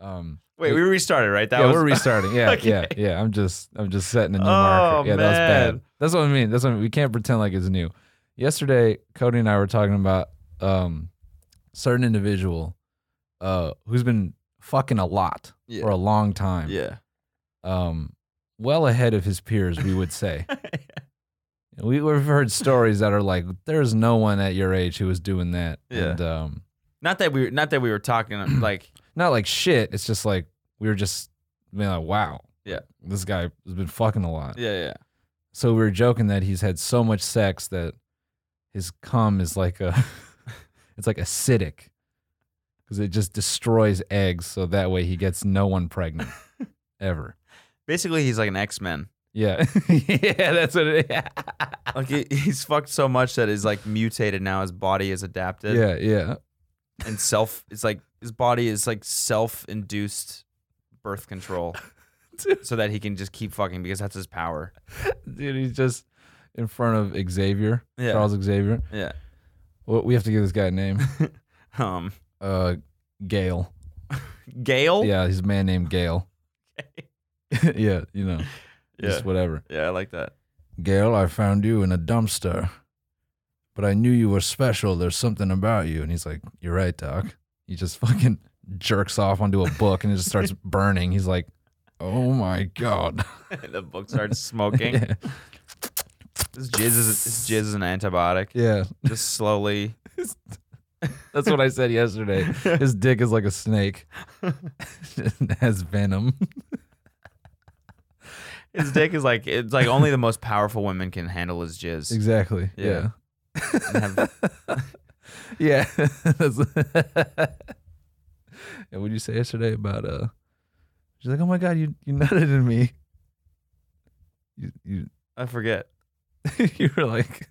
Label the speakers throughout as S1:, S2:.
S1: Um,
S2: Wait, we restarted, right? That
S1: yeah,
S2: was
S1: we're restarting. Yeah,
S2: Okay.
S1: yeah, yeah. I'm just, I'm just setting a new
S2: Oh,
S1: marker. Yeah, that's bad.
S2: man.
S1: That's what I mean. That's what I mean. we can't pretend like it's new. Yesterday, Cody and I were talking about um, certain individual uh, who's been fucking a lot
S2: Yeah.
S1: for a long time.
S2: yeah.
S1: Um, well ahead of his peers, we would say. we, we've heard stories that are like, there's no one at your age who was doing that.
S2: Yeah.
S1: And um,
S2: Not that we were not that we were talking uh, like
S1: not like shit. It's just like we were just being like, wow,
S2: Yeah.
S1: this guy has been fucking a lot.
S2: yeah, yeah.
S1: So we were joking that he's had so much sex that his cum is like a, it's like acidic, because it just destroys eggs. So that way he gets no one pregnant ever.
S2: Basically, he's like an X Men.
S1: Yeah, yeah, that's what. It, yeah,
S2: Like he, he's fucked so much that he's like mutated now. His body is adapted
S1: yeah, yeah.
S2: and self. It's like his body is like self-induced birth control,
S1: Dude.
S2: so that he can just keep fucking because that's his power.
S1: Dude, he's just in front of Xavier,
S2: Yeah.
S1: Charles Xavier.
S2: Yeah.
S1: Well, we have to give this guy a name,
S2: Um.
S1: uh, Gale.
S2: Gale.
S1: Yeah, he's a man named Gale. yeah, you know,
S2: Yeah.
S1: just whatever.
S2: Yeah, I like that.
S1: Gale, I found you in a dumpster, but I knew you were special. There's something about you. And he's like, You're right, Doc. He just fucking jerks off onto a book and it just starts burning. He's like, Oh my God.
S2: the book starts smoking.
S1: Yeah.
S2: This jizz is this jizz is an antibiotic.
S1: yeah.
S2: Just slowly.
S1: That's what I said yesterday. His dick is like a snake, it has venom.
S2: His dick is like it's like only the most powerful women can handle his jizz.
S1: Exactly.
S2: Yeah. And have-
S1: Yeah. That's- and what did you say yesterday about uh she's like, Oh my god, you you nutted in me. You you
S2: I forget.
S1: you were like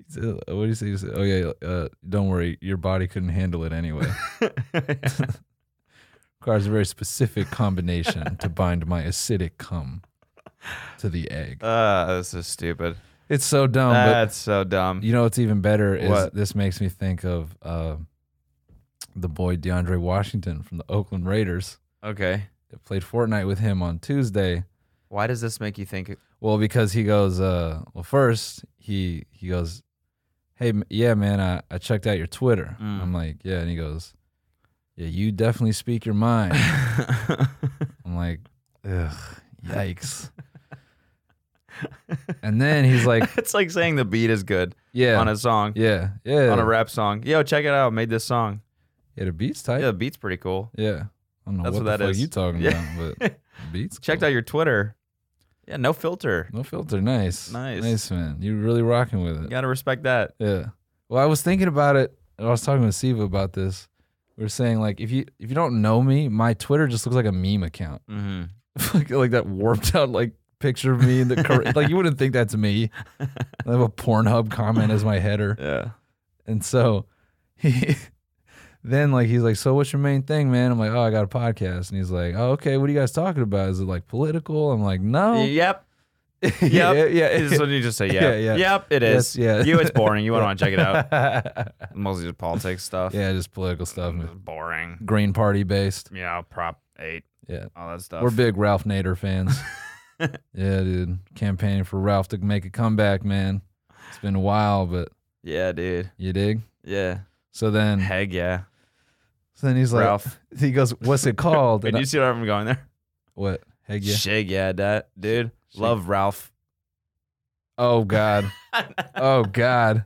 S1: you said- what do you say? You said, oh yeah, uh, don't worry, your body couldn't handle it anyway. Requires a very specific combination to bind my acidic cum to the egg.
S2: Ah, this is stupid.
S1: It's so dumb, Um, but
S2: That's so dumb.
S1: You know what's even better is
S2: What?
S1: this makes me think of uh, the boy DeAndre Washington from the Oakland Raiders.
S2: Okay.
S1: I played Fortnite with him on Tuesday.
S2: Why does this make you think?
S1: Well, because he goes, uh, well, first he he goes, hey, m- yeah, man, I, I checked out your Twitter.
S2: Mm.
S1: I'm like, yeah, and he goes, yeah, you definitely speak your mind. I'm like, ugh, yikes. and then he's like,
S2: it's like saying the beat is good
S1: yeah,
S2: on a song,
S1: yeah, yeah,
S2: on a rap song. Yo, check it out. Made this song.
S1: yeah, the beat's tight.
S2: Yeah, the beat's pretty cool.
S1: Yeah. I don't know
S2: That's
S1: what, the
S2: what that
S1: fuck
S2: is.
S1: you talking
S2: Yeah.
S1: about, but beats.
S2: Checked out your Twitter. Yeah, no filter.
S1: No filter. Nice.
S2: Nice.
S1: Nice, man. You're really rocking with it.
S2: You gotta respect that.
S1: Yeah. Well, I was thinking about it. and I was talking with Siva about this. We were saying like if you if you don't know me, my Twitter just looks like a meme account.
S2: Mm-hmm.
S1: like, like that warped out like picture of me in the cor- like you wouldn't think that's me. I have a Pornhub comment as my header.
S2: Yeah.
S1: And so he then like he's like, So what's your main thing, man? I'm like, Oh, I got a podcast. And he's like, Oh, okay, what are you guys talking about? Is it like political? I'm like, No.
S2: Yep.
S1: yeah,
S2: Yep.
S1: yeah.
S2: This is when you just say, yeah.
S1: Oh. Yeah, yeah.
S2: Yep, it is.
S1: Yes, yeah.
S2: You, it's boring. You wouldn't want to check it out.
S1: yeah.
S2: Mostly just politics stuff.
S1: just political stuff.
S2: It's Boring.
S1: Green Party based.
S2: You know, Prop 8.
S1: Yeah.
S2: All that stuff.
S1: We're big Ralph Nader fans. yeah, dude. Campaigning for Ralph to make a comeback, man. It's been a while, but
S2: Yeah, dude.
S1: you dig?
S2: Yeah.
S1: So then
S2: Heck yeah.
S1: so then he's like
S2: Ralph.
S1: he goes, What's it called?
S2: Did
S1: And I-
S2: you see where I'm going there?
S1: what? Heck yeah.
S2: Shig, yeah, that dude.
S1: Shig.
S2: Love Ralph.
S1: Oh God. Oh God.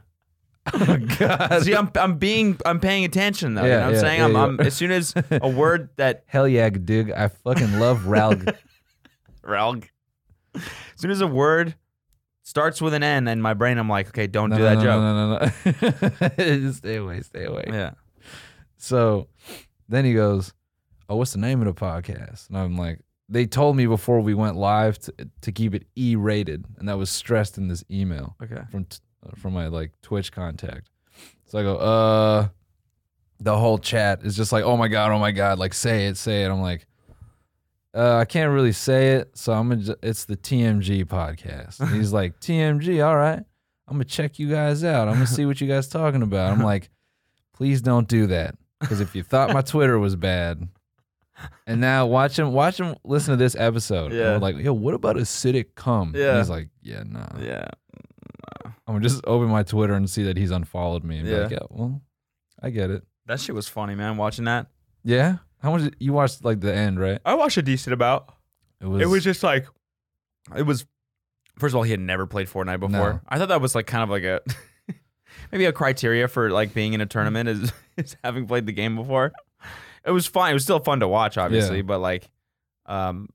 S1: Oh God.
S2: See, I'm I'm being I'm paying attention though. you
S1: Yeah,
S2: know what I'm
S1: yeah,
S2: saying?
S1: yeah,
S2: I'm,
S1: you
S2: I'm
S1: are.
S2: as soon as a word that
S1: Hell yeah, dig. I fucking love Ralg.
S2: Ralg as soon as a word starts with an N in my brain, I'm like, okay, don't
S1: no,
S2: do
S1: no,
S2: that
S1: no,
S2: joke.
S1: No, no, no. stay away. Stay away.
S2: Yeah.
S1: So then he goes, "Oh, what's the name of the podcast?" And I'm like, "They told me before we went live to, to keep it E-rated, and that was stressed in this email
S2: Okay.
S1: from t- uh, from my like Twitch contact." So I go, "Uh." The whole chat is just like, "Oh my god, oh my god!" Like, say it, say it. I'm like. Uh, I can't really say it, so I'm gonna. ju- It's the TMG podcast. And he's like, TMG, all right. I'm gonna check you guys out. I'm gonna see what you guys talking about. I'm like, please don't do that, because if you thought my Twitter was bad, And now watch him, watch him listen to this episode. And we're
S2: Yeah.
S1: like, yo, what about acidic cum? And
S2: Yeah.
S1: he's like, yeah, nah.
S2: Yeah.
S1: I'm gonna just open my Twitter and see that he's unfollowed me. And be like, yeah, well, I get it.
S2: That shit was funny, man. Watching that,
S1: Yeah. How much you watched like the end, right?
S2: I watched a decent about.
S1: It was,
S2: It was just like, it was. First of all, he had never played Fortnite before.
S1: No.
S2: I thought that was like kind of like a, maybe a criteria for like being in a tournament is is having played the game before. It was fun. It was still fun to watch, obviously,
S1: Yeah.
S2: but like, um,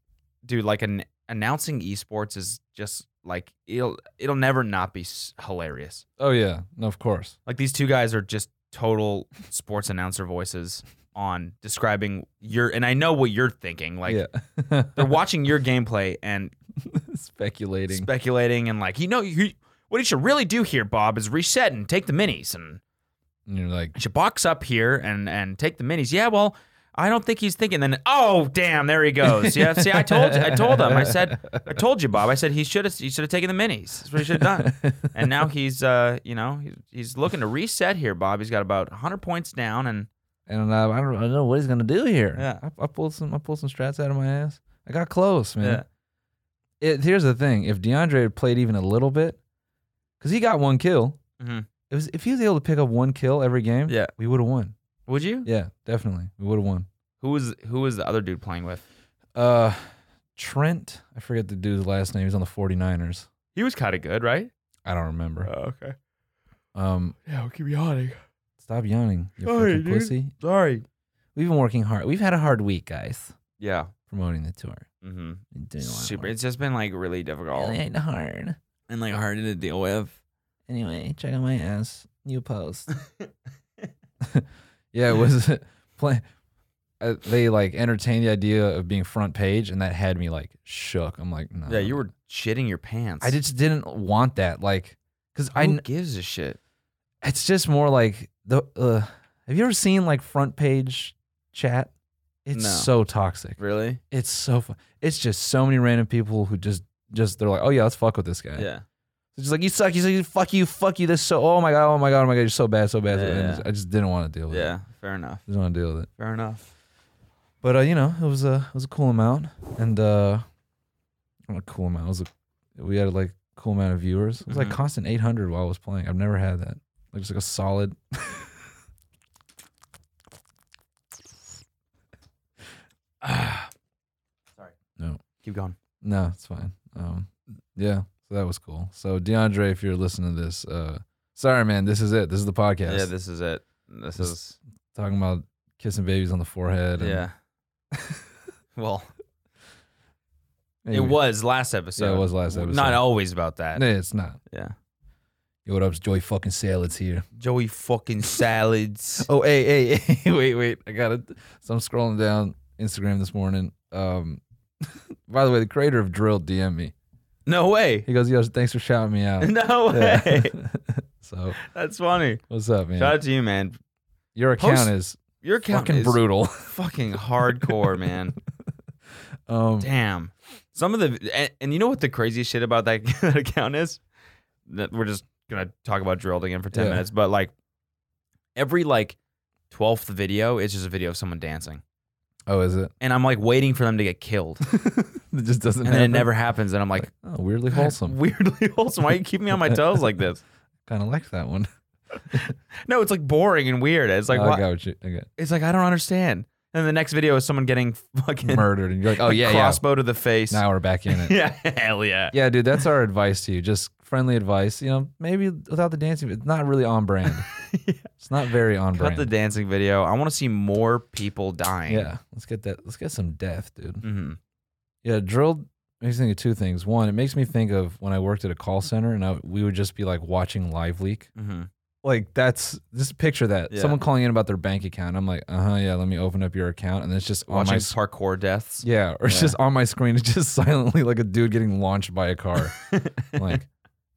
S2: dude, like an announcing esports is just like it'll it'll never not be s- hilarious.
S1: Oh yeah, no, of course.
S2: Like these two guys are just total sports announcer voices on describing your and I know what you're thinking. Like
S1: yeah.
S2: they're watching your gameplay and
S1: speculating.
S2: speculating and like you know you, what he should really do here bob is reset and take the minis and
S1: and you're like,
S2: you should box up here and and take the minis yeah well i don't think he's thinking then oh damn there he goes yeah see i told you i told him i said i told you bob i said he should have he should have taken the minis that's what he should have done and now he's uh you know he's, he's looking to reset here bob he's got about 100 points down and
S1: and uh, I don't, I don't know what he's gonna do here.
S2: Yeah.
S1: I, I pulled some, I pulled some strats out of my ass. I got close, man.
S2: yeah
S1: it, here's the thing: if DeAndre had played even a little bit, because he got one kill,
S2: Mhm.
S1: it was if he was able to pick up one kill every game,
S2: Yeah.
S1: we would have won.
S2: would you
S1: Yeah, definitely, we would have won.
S2: who was who was the other dude playing with
S1: Uh, Trent, I forget the dude's last name. He's on the 49ers.
S2: he was kind of good right
S1: I don't remember.
S2: okay
S1: Um,
S2: yeah we'll keep yawning
S1: stop yawning, you
S2: Sorry,
S1: fucking
S2: dude.
S1: pussy.
S2: sorry
S1: We've been working hard. We've had a hard week, guys,
S2: yeah
S1: promoting the tour.
S2: mm-hmm
S1: Been doing a lot of
S2: Super.
S1: work.
S2: It's just been like really difficult
S1: Really hard.
S2: and like hard to deal with.
S1: Anyway, check out my ass. New post. yeah, it was play. Uh, they like entertained the idea of being front page, and that had me like shook. I'm like, no.
S2: Yeah, you were shitting your pants.
S1: Uh-huh. I just didn't want that, like, because
S2: Who
S1: I. kn-
S2: gives a shit?
S1: It's just more like the. Uh, have you ever seen like front page chat? It's
S2: No.
S1: so toxic.
S2: Really?
S1: It's so. Fu- it's just so many random people who just just they're like, oh yeah, let's fuck with this guy.
S2: Yeah.
S1: It's just like you suck, you suck, you fuck you, fuck you. This so oh my god, oh my god, oh my god, you're so bad, so bad. so
S2: Yeah,
S1: bad. I,
S2: yeah.
S1: just, I just didn't want to deal with it.
S2: Yeah. Fair enough.
S1: Just want to deal with it.
S2: Fair enough.
S1: But uh, you know, it was a it was a cool amount, and uh, not a cool amount. It was a, we had like cool amount of viewers. It was like
S2: Mhm.
S1: constant 800 while I was playing. I've never had that. Like just like a solid.
S2: Sorry.
S1: No.
S2: Keep going.
S1: No, it's fine. Um, yeah, so that was cool. So DeAndre, if you're listening to this, uh, sorry man, this is it. This is the podcast.
S2: Yeah, this is it. This
S1: This-
S2: is
S1: Talking about kissing babies on the forehead. and-
S2: yeah. well, it
S1: Anyway.
S2: was last episode.
S1: Yeah, it was last
S2: W-
S1: episode.
S2: Not always about that.
S1: No, it's not.
S2: Yeah.
S1: Yo, what up, it's Joey fucking Salads here.
S2: Joey fucking salads.
S1: Oh, hey, hey, hey, wait, wait. I got it. So I'm scrolling down Instagram this morning. Um, by the way, the creator of Drill DM me.
S2: No way.
S1: He goes, "Yo, thanks for shouting me out."
S2: No
S1: Yeah.
S2: way.
S1: so
S2: That's funny.
S1: what's up, man?
S2: Shout out to you, man.
S1: Your account
S2: Post-
S1: is
S2: Your account
S1: fucking
S2: is
S1: brutal.
S2: fucking hardcore, man.
S1: Um,
S2: Damn. Some of the and, and you know what the craziest shit about that, that account is? That we're just gonna talk about drilled again for ten
S1: Yeah.
S2: minutes, but like every like twelfth video is just a video of someone dancing,
S1: oh, is it?
S2: and I'm like waiting for them to get killed,
S1: It just doesn't.
S2: and then it
S1: happen?
S2: never happens, and I'm like
S1: Oh, weirdly wholesome.
S2: weirdly wholesome. Why you keep me on my toes like this?
S1: Kind of liked that one.
S2: No, it's like boring and weird. It's like
S1: I
S2: why-
S1: got what you. I got
S2: it's like I don't understand. And the next video is someone getting fucking
S1: murdered, and you're like, "Oh yeah, yeah."
S2: crossbow to the face.
S1: Now we're back in it.
S2: yeah, hell yeah.
S1: Yeah, dude, that's our advice to you. Just friendly advice. You know, maybe without the dancing, it's not really on brand. It's not very on
S2: Cut
S1: brand.
S2: the dancing video. I want to see more people dying.
S1: yeah, let's get that. Let's get some death, dude.
S2: hmm
S1: Yeah, drilled makes me think of two things. One, it makes me think of when I worked at a call center and I, we would just be like watching live leak.
S2: hmm
S1: Like that's just picture that
S2: Yeah.
S1: someone calling in about their bank account. I'm like, uh huh, yeah. Let me open up your account, and it's just on
S2: Watching
S1: my sc-
S2: parkour deaths.
S1: yeah, or it's
S2: Yeah.
S1: just on my screen. It's just silently like a dude getting launched by a car. I'm like,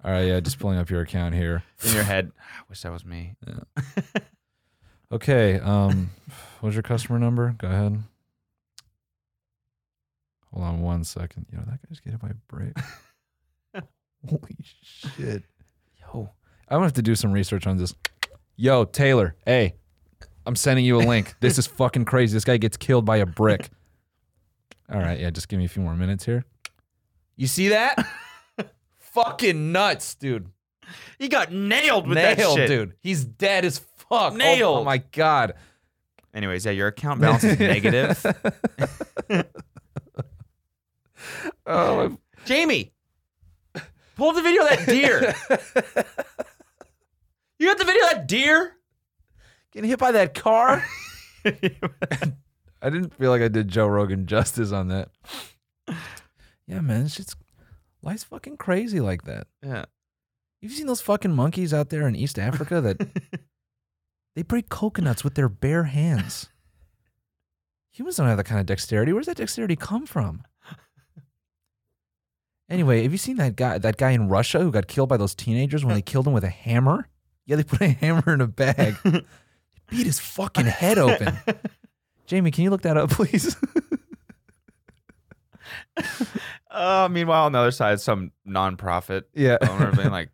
S1: all right, yeah, just pulling up your account here.
S2: In your head. I wish that was me.
S1: Okay. Um, what's your customer number? Go ahead. Hold on one second. Yo, that guy's getting my break. Holy shit.
S2: Yo.
S1: I'm gonna have to do some research on this. Yo, Taylor. Hey, I'm sending you a link. This is fucking crazy. This guy gets killed by a brick. All right, yeah, just give me a few more minutes here. You see that? fucking nuts, dude.
S2: He got nailed with that
S1: Nailed,
S2: shit.
S1: dude. He's dead as fuck. Oh- Oh,
S2: Nailed.
S1: my god.
S2: Anyways, yeah, your account balance is negative.
S1: Oh, my-
S2: Jamie, pull up the video of that deer. you got the video of that deer?
S1: getting hit by that car. I didn't feel like I did Joe Rogan justice on that. Yeah, man, it's just life's fucking crazy like that.
S2: Yeah.
S1: You've seen those fucking monkeys out there in East Africa that they break coconuts with their bare hands. Humans don't have that kind of dexterity. Where does that dexterity come from? Anyway, have you seen that guy that guy in Russia who got killed by those teenagers when they killed him with a hammer? Yeah, they put a hammer in a bag. Beat his fucking head open. Jamie, can you look that up, please?
S2: Uh, meanwhile, on the other side, some nonprofit
S1: yeah.
S2: owner being like,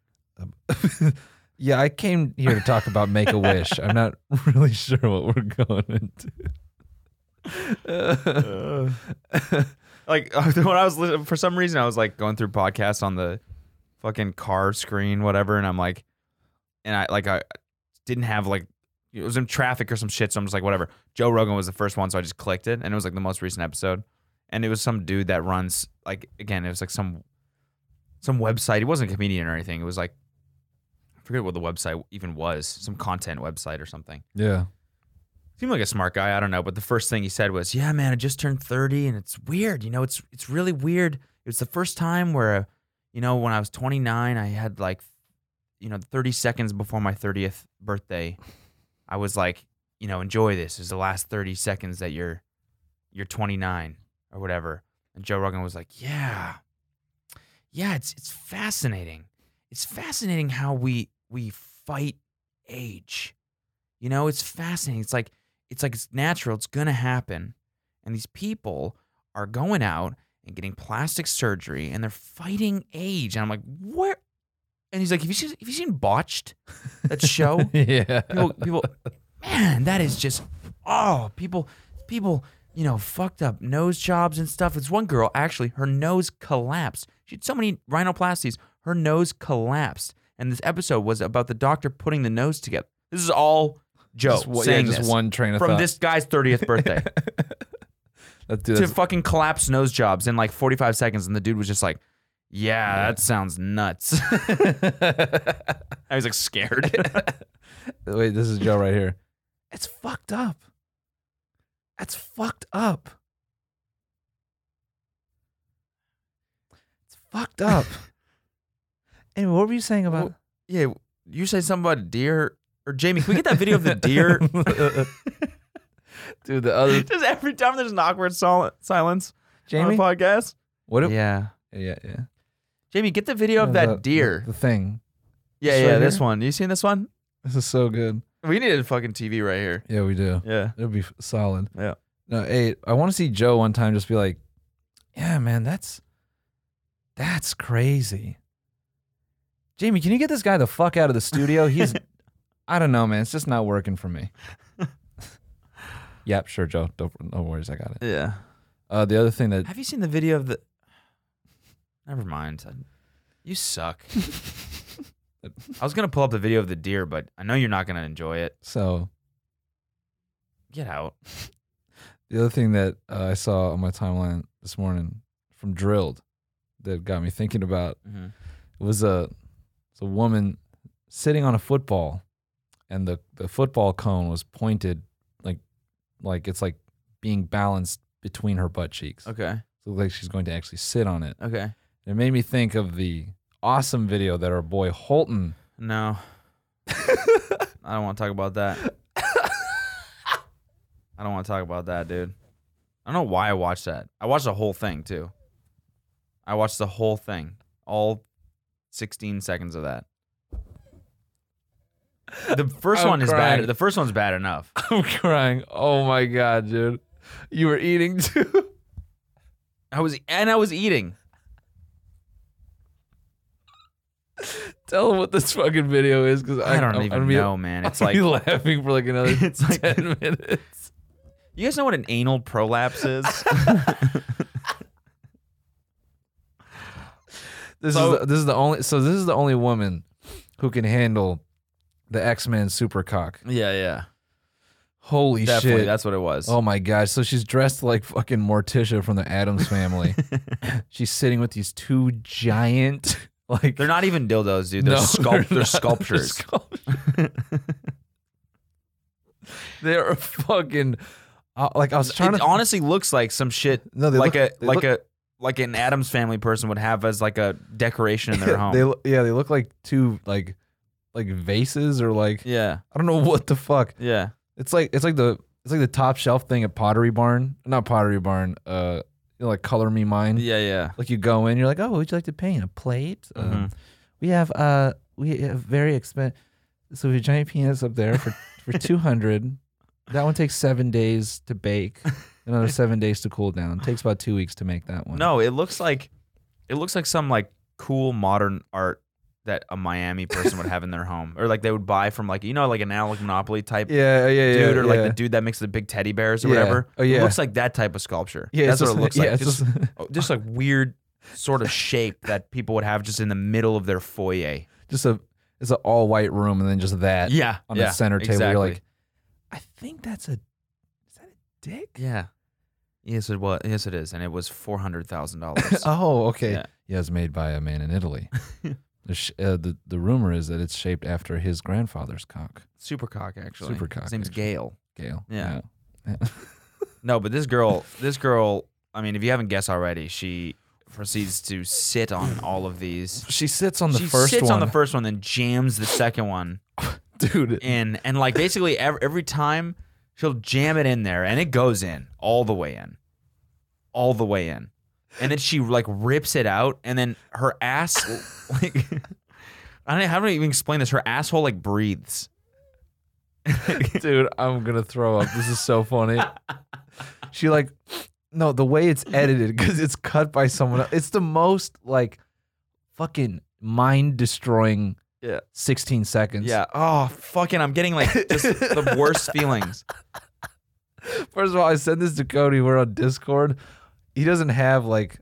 S1: yeah, I came here to talk about Make a Wish. I'm not really sure what we're going into.
S2: uh, like when I was li- for some reason I was like going through podcasts on the fucking car screen, whatever, and I'm like, and I like I didn't have like it was in traffic or some shit, so I'm just like whatever. Joe Rogan was the first one, so I just clicked it, and it was like the most recent episode, and it was some dude that runs like again, it was like some some website. He wasn't a comedian or anything. It was like I forget what the website even was, some content website or something
S1: yeah.
S2: seemed like a smart guy. I don't know, but the first thing he said was, "Yeah, man, I just turned 30, and it's weird. You know, it's it's really weird. It's the first time where, uh, you know, when I was 29, I had like, you know, 30 seconds before my 30th birthday, I was like, you know, enjoy this. It's the last 30 seconds that you're, you're 29 or whatever." And Joe Rogan was like, "Yeah, yeah, it's it's fascinating. It's fascinating how we we fight age." You know, it's fascinating. It's like it's like it's natural. It's gonna happen. And these people are going out and getting plastic surgery, and they're fighting age. And I'm like, what? And he's like, have you seen have you seen Botched? That show.
S1: Yeah.
S2: people, people, man, that is just oh, people, people, you know, fucked up nose jobs and stuff. It's one girl actually, her nose collapsed. She had so many rhinoplasties, her nose collapsed, and this episode was about the doctor putting the nose together. This is all Joe
S1: Just one- yeah,
S2: saying
S1: just
S2: this
S1: one train of
S2: from
S1: thought.
S2: this guy's thirtieth birthday
S1: Let's do
S2: to
S1: this.
S2: fucking collapse nose jobs in like forty five seconds, and the dude was just like. Yeah, that sounds nuts. I was like scared.
S1: Wait, this is Joe right here. It's fucked up. That's fucked up. It's fucked up. anyway, what were you saying about
S2: Yeah, you say something about a deer or Jamie. Can we get that video of the deer?
S1: Dude, the other
S2: Just every time there's an awkward sil- silence
S1: Jamie?
S2: on a podcast.
S1: What if,
S2: Yeah,
S1: yeah, yeah.
S2: Jamie, get the video of
S1: Yeah,
S2: that
S1: the-
S2: deer.
S1: The thing.
S2: Yeah,
S1: this
S2: yeah,
S1: right
S2: this
S1: here?
S2: one. You seen this one?
S1: This is so good.
S2: We needed a fucking TV right here.
S1: Yeah, we do.
S2: Yeah,
S1: It'll be f- solid.
S2: Yeah.
S1: No, hey, I want to see Joe one time just be like, "Yeah, man, that's that's crazy." Jamie, can you get this guy the fuck out of the studio? He's I don't know, man. It's just not working for me. yep, sure, Joe. Don't no worries, I got it.
S2: yeah.
S1: Uh, the other thing that
S2: Have you seen the video of the? Never mind. I- You suck. I was gonna pull up the video of the deer, but I know you're not gonna enjoy it.
S1: so
S2: Get out.
S1: the other thing that uh, I saw on my timeline this morning from Drilled that got me thinking about
S2: Mhm.
S1: it was a it's a woman sitting on a football and the, the football cone was pointed like like it's like being balanced between her butt cheeks. So
S2: Okay.
S1: it looks like she's going to actually sit on it.
S2: Okay.
S1: It made me think of the awesome video that our boy Holton
S2: No. I don't want to talk about that. I don't want to talk about that, dude. I don't know why I watched that. I watched the whole thing too. I watched the whole thing, all 16 seconds of that. The 1st
S1: I'm
S2: one is
S1: crying.
S2: bad. The first one's bad enough.
S1: I'm crying. Oh my god, dude. You were eating too.
S2: I was and I was eating.
S1: Tell them what this fucking video is because
S2: I don't even know, man. It's like
S1: be laughing for like another
S2: It's like-
S1: ten minutes.
S2: you guys know what an anal prolapse is.
S1: This
S2: So-
S1: is the, this is the only so this is the only woman who can handle the X Men super cock.
S2: yeah, yeah.
S1: Holy
S2: Definitely,
S1: shit!
S2: that's what it was.
S1: Oh my gosh. So she's dressed like fucking Morticia from the Adams family. she's sitting with these two giant like
S2: They're not even dildos, dude. They're,
S1: No,
S2: sculpt-
S1: they're
S2: they're,
S1: not. They're
S2: sculptures.
S1: sculptures. They're fucking uh, like I was trying
S2: it
S1: to
S2: honestly looks like some shit
S1: no, they
S2: like
S1: look,
S2: a like a like an Adams family person would have as like a decoration in their home.
S1: They lo- yeah, they look like two like like vases or like
S2: yeah,
S1: I don't know what the fuck.
S2: yeah.
S1: It's like it's like the it's like the top shelf thing at Pottery Barn, not Pottery Barn. Uh, you know, like Color Me Mine.
S2: Yeah, yeah.
S1: Like you go in, you're like, oh, would you like to paint a plate?
S2: Mm-hmm.
S1: Um, we have uh, we have very expensive. So we have giant peanuts up there for for two hundred. That one takes seven days to bake, another seven days to cool down. takes about two weeks to make that one.
S2: No, it looks like it looks like some like cool modern art that a Miami person would have in their home, or like they would buy from like you know like an Alec Monopoly type
S1: Yeah, yeah, yeah.
S2: dude, or like
S1: yeah.
S2: the dude that makes the big teddy bears or
S1: Yeah.
S2: whatever.
S1: Oh,
S2: it
S1: yeah.
S2: looks like that type of sculpture.
S1: Yeah,
S2: that's
S1: it's
S2: what
S1: just-
S2: it looks like.
S1: yeah, it's
S2: just, oh,
S1: just-
S2: just like weird sort of shape that people would have just in the middle of their foyer.
S1: just a it's an all white room and then just that
S2: Yeah,
S1: on
S2: yeah,
S1: the center table.
S2: exactly.
S1: You're like, I think that's a is that a dick?
S2: Yeah. Yes, it was. Yes, it is, and it was four hundred thousand dollars.
S1: Oh, okay.
S2: Yeah.
S1: Yeah, it's made by a man in Italy. the, sh- uh, the the rumor is that it's shaped after his grandfather's cock,
S2: Super cock, actually.
S1: Super cock,
S2: His name's
S1: actually.
S2: Gail.
S1: Gail.
S2: Yeah. No, but this girl, this girl. I mean, if you haven't guessed already, she proceeds to sit on all of these.
S1: She sits on the
S2: she
S1: first
S2: sits
S1: one.
S2: on the first one, then jams the second one
S1: dude.
S2: in, and like basically every, every time she'll jam it in there, and it goes in all the way in, all the way in, and then she like rips it out, and then her ass like I don't know how do I even explain this. Her asshole like breathes.
S1: dude, I'm gonna throw up. This is so funny. she like, no, the way it's edited because it's cut by someone. Else. It's the most like, fucking mind destroying.
S2: Yeah.
S1: 16 seconds.
S2: Yeah. Oh, fucking! I'm getting like just the worst feelings.
S1: First of all, I sent this to Cody. We're on Discord. He doesn't have like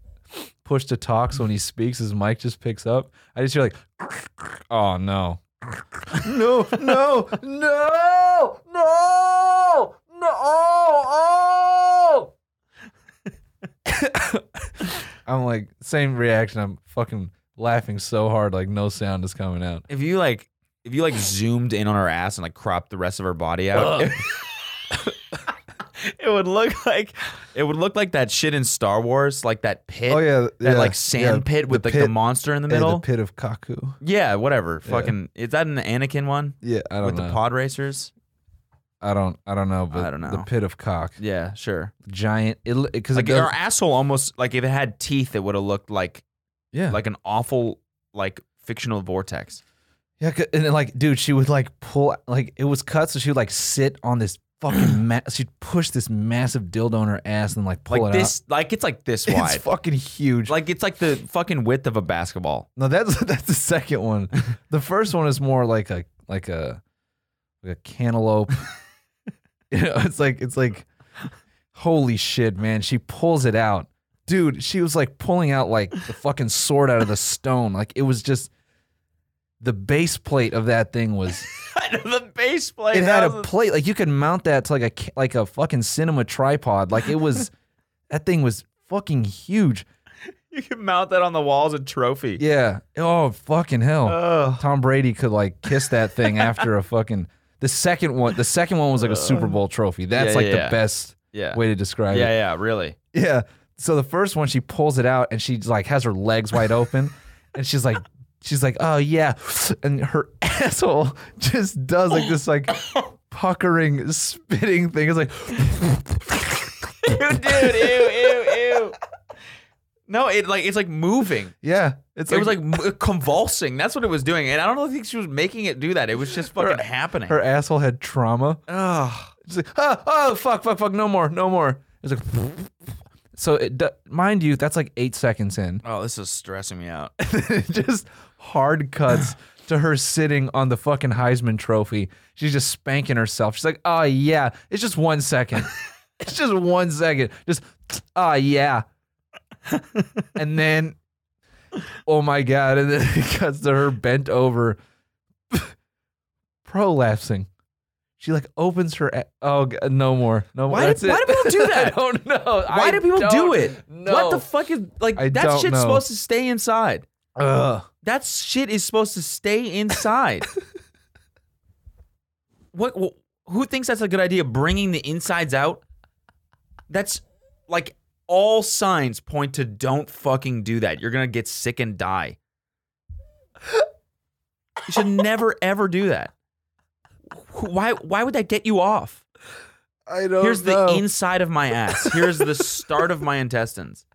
S1: push to talk, so when he speaks, his mic just picks up. I just hear like, oh no, no, no, no, no, no, oh, oh. I'm like same reaction. I'm fucking laughing so hard, like no sound is coming out.
S2: If you like, if you like zoomed in on her ass and like cropped the rest of her body out, it, would look like it would look like that shit in Star Wars, like that pit,
S1: Oh yeah,
S2: that
S1: yeah,
S2: like sand
S1: yeah,
S2: pit with like the
S1: pit-
S2: monster in the
S1: yeah,
S2: middle.
S1: the pit of Kaku.
S2: yeah, whatever. Fucking is that an Anakin one
S1: Yeah, I don't
S2: with
S1: know.
S2: the pod racers?
S1: I don't, I don't know, but
S2: I don't know.
S1: the pit of cock,
S2: Yeah, sure.
S1: giant, it because
S2: Like
S1: it goes,
S2: her asshole almost like if it had teeth, it would have looked like
S1: yeah, like
S2: like an awful like fictional vortex.
S1: yeah, 'cause- and then, like, dude, she would like pull, like, it was cut, so she would like sit on this fucking, ma- she'd push this massive dildo in her ass and like pull
S2: Like
S1: it
S2: this, like it's like this
S1: out.
S2: wide.
S1: It's fucking huge.
S2: Like it's like the fucking width of a basketball.
S1: no, that's that's the second one. the first one is more like a like a like a cantaloupe. you know, it's like it's like, holy shit, man! She pulls it out, dude. She was like pulling out like the fucking sword out of the stone. Like it was just. The base plate of that thing was
S2: the base plate.
S1: it had a plate like you could mount that to like a ca- like a fucking cinema tripod. Like it was that thing was fucking huge.
S2: you can mount that on the wall as a trophy.
S1: Yeah. Oh fucking hell.
S2: Ugh.
S1: Tom Brady could like kiss that thing after a fucking the second one. The second one was like a Super Bowl trophy. That's
S2: Uh, Yeah,
S1: like
S2: yeah,
S1: the
S2: yeah.
S1: best
S2: yeah.
S1: way to describe
S2: yeah,
S1: it.
S2: yeah, really.
S1: Yeah. So the first one, she pulls it out and she like has her legs wide open, and she's like, she's like, oh yeah, and her asshole just does like this like puckering, spitting thing. It's like,
S2: ew, dude, ew, ew, ew. No, it like it's like moving.
S1: yeah, it's
S2: It was like mo- convulsing. That's what it was doing, and I don't think she was making it do that. It was just fucking happening.
S1: her asshole had trauma. "Ah,
S2: Ugh.
S1: She's like, oh, oh fuck, fuck, fuck, no more, no more. It's like, So, it, d- mind you, that's like eight seconds in.
S2: Oh, this is stressing me out.
S1: just hard cuts to her sitting on the fucking Heisman Trophy. She's just spanking herself. She's like, oh, yeah, it's just one second. it's just one second. Just, oh, yeah. and then, oh my God. And then it cuts to her bent over, prolapsing. She like opens her. a- oh God, no more, no more.
S2: Why
S1: That's
S2: did- why
S1: it.
S2: do people do
S1: I
S2: that?
S1: don't know.
S2: Why
S1: I
S2: do people do
S1: don't
S2: it?
S1: Know.
S2: What the fuck is like
S1: I
S2: that
S1: don't
S2: shit's
S1: know.
S2: supposed to stay inside.
S1: Ugh.
S2: That shit is supposed to stay inside. what wh- who thinks that's a good idea bringing the insides out? That's like all signs point to don't fucking do that. You're going to get sick and die. You should never ever do that. Wh- Why why would that get you off?
S1: I don't
S2: Here's
S1: know.
S2: the inside of my ass. Here's the start of my intestines.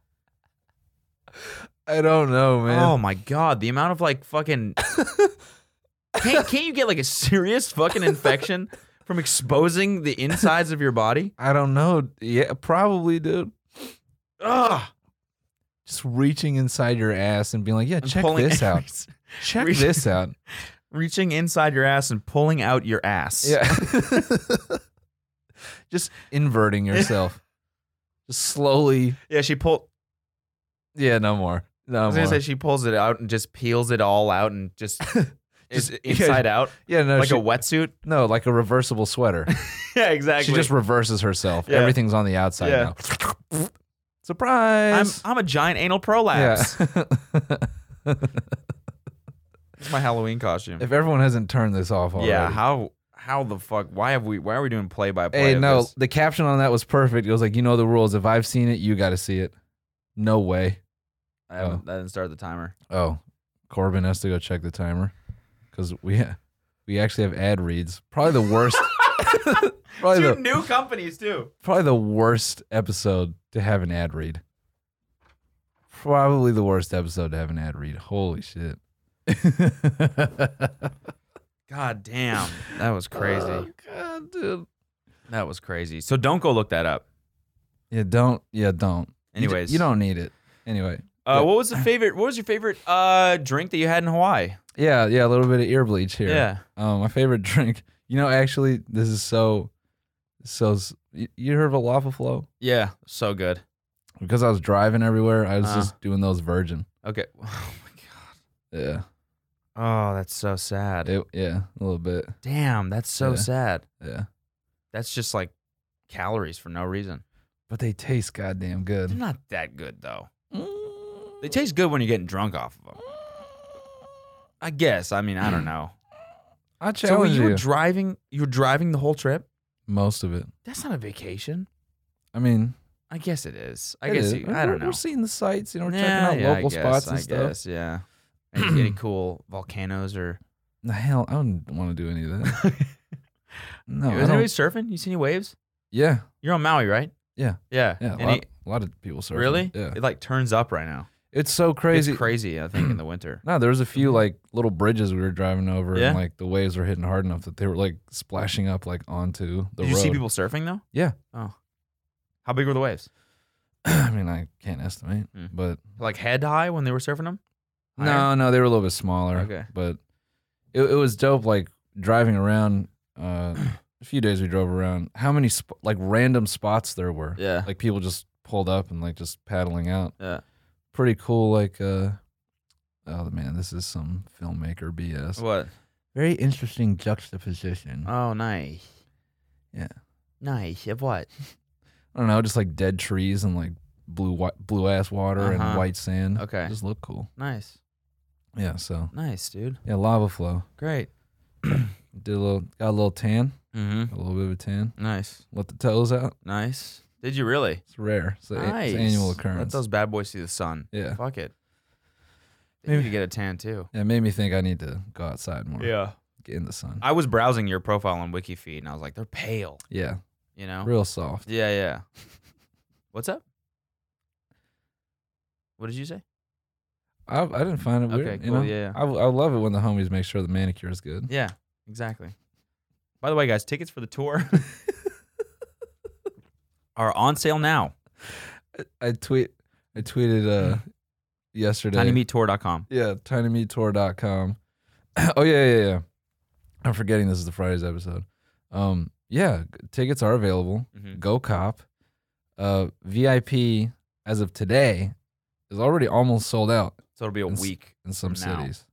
S1: I don't know, man.
S2: Oh my god, the amount of like fucking can't, can't you get like a serious fucking infection from exposing the insides of your body?
S1: I don't know. Yeah, probably, dude.
S2: Ugh.
S1: Just reaching inside your ass and being like, "Yeah,
S2: And
S1: check
S2: pulling-
S1: this out. Check
S2: reach-
S1: this out."
S2: Reaching inside your ass and pulling out your ass.
S1: Yeah. Just inverting yourself. Just slowly.
S2: Yeah, she pulled
S1: Yeah, no more.
S2: I
S1: No
S2: was
S1: more.
S2: gonna say she pulls it out and just peels it all out and just, is
S1: Just-
S2: inside out.
S1: yeah, no,
S2: like
S1: she-
S2: a wetsuit.
S1: no, like a reversible sweater.
S2: Yeah, exactly.
S1: she just reverses herself.
S2: Yeah.
S1: Everything's on the outside
S2: Yeah.
S1: now.
S2: I'm,
S1: Surprise.
S2: I'm a giant anal prolapse.
S1: yeah.
S2: It's my Halloween costume.
S1: if everyone hasn't turned this off already.
S2: Yeah, how how the fuck? Why have we? Why are we doing play by play?
S1: Hey, no, the caption on that was perfect. It was like, you know the rules. If I've seen it, you got to see it. No way.
S2: I, haven't, I didn't start the timer.
S1: Oh, Corbin has to go check the timer because we we actually have ad reads. Probably the worst. probably the
S2: new companies too.
S1: probably the worst episode to have an ad read. Probably the worst episode to have an ad read. Holy shit.
S2: God damn, that was crazy.
S1: Oh, God, dude.
S2: that was crazy. So don't go look that up.
S1: Yeah, don't. Yeah, don't. You d-
S2: Anyways,
S1: you don't need it. Anyway.
S2: Uh, what was the favorite? What was your favorite uh drink that you had in Hawaii?
S1: Yeah, yeah, a little bit of ear bleach here.
S2: Yeah.
S1: Um, my favorite drink. You know, actually, this is so, so. s- y- You heard of a lava flow?
S2: Yeah. So good.
S1: Because I was driving everywhere, I was
S2: Uh.
S1: just doing those virgin.
S2: Okay. Oh my
S1: Yeah,
S2: god. Oh, that's so sad.
S1: it, yeah, a little bit.
S2: damn, that's so
S1: Yeah.
S2: sad.
S1: Yeah,
S2: That's just like calories for no reason.
S1: but they taste goddamn
S2: They're
S1: good.
S2: not that good though. They taste good when you're getting drunk off of them. I guess. I mean, I don't know.
S1: I
S2: So were
S1: challenge
S2: you
S1: you.
S2: were driving. You were driving the whole trip.
S1: Most of it.
S2: That's not a vacation.
S1: I mean,
S2: I guess it is. I
S1: it
S2: guess
S1: is.
S2: you,
S1: We're-
S2: I don't know.
S1: We're seeing the sights. You know, we're
S2: Yeah,
S1: checking out
S2: yeah, I
S1: local
S2: guess,
S1: spots and
S2: I
S1: stuff.
S2: Guess, yeah. Any, any cool volcanoes or?
S1: The hell, I don't want to do any of that. No, Oh, I
S2: was
S1: don't-
S2: anybody surfing? You see any waves?
S1: yeah,
S2: You're on Maui, right?
S1: Yeah.
S2: Yeah.
S1: yeah. A
S2: Any-
S1: lot, a lot of people surfing.
S2: really?
S1: Yeah,
S2: It like turns up right now.
S1: it's so crazy.
S2: It's crazy. I think in the winter.
S1: No, there was a few like little bridges we were driving over,
S2: Mm-hmm. Yeah?
S1: and like the waves were hitting hard enough that they were like splashing up like onto the
S2: Did
S1: road.
S2: you see people surfing though?
S1: Yeah.
S2: Oh. How big were the waves?
S1: I mean, I can't estimate,
S2: Mm.
S1: but
S2: Like head high when they were surfing them?
S1: no, no, they were a little bit smaller.
S2: Okay.
S1: but it, it was dope. Like driving around, uh, a few days we drove around. How many sp- like random spots there were?
S2: Yeah.
S1: Like people just pulled up and like just paddling out.
S2: Yeah.
S1: Pretty cool. Like, uh, oh man, this is some filmmaker BS.
S2: What?
S1: Very interesting juxtaposition.
S2: Oh, nice.
S1: Yeah.
S2: Nice. Of what?
S1: I don't know, just like dead trees and like blue wa- blue ass water
S2: Uh-huh.
S1: and white sand.
S2: Okay.
S1: just look cool.
S2: Nice.
S1: Yeah, so
S2: Nice, dude.
S1: yeah, lava flow.
S2: Great.
S1: Did a little, got a little tan,
S2: Mm-hmm.
S1: a little bit of a tan.
S2: Nice.
S1: Let the toes out.
S2: Nice. Did you really?
S1: It's rare. It's, a- it's
S2: nice.
S1: an annual
S2: Let
S1: occurrence.
S2: those bad boys see the sun.
S1: yeah,
S2: Fuck it. They
S1: Maybe-
S2: need to get a tan too.
S1: it made me think I need to go outside more.
S2: Yeah.
S1: get in the sun.
S2: I was browsing your profile on WikiFeed and I was like, they're pale.
S1: yeah,
S2: You know?
S1: real soft.
S2: Yeah, yeah. What's up? What did you say?
S1: I, I didn't find it weird.
S2: Okay,
S1: you
S2: cool,
S1: know?
S2: yeah, yeah.
S1: I, I love it when the homies make sure the manicure is good.
S2: Yeah, exactly. By the way, guys, tickets for the tour are on sale now.
S1: I tweet I tweeted uh yesterday.
S2: tinymeattour.com.
S1: Yeah, tinymeattour.com. oh yeah, yeah, yeah. I'm forgetting this is the Friday's episode. Um yeah, g- tickets are available.
S2: Mhm.
S1: Go cop. Uh VIP as of today is already almost sold out
S2: So it'll be a
S1: It's-
S2: week.
S1: in some
S2: From now.
S1: cities.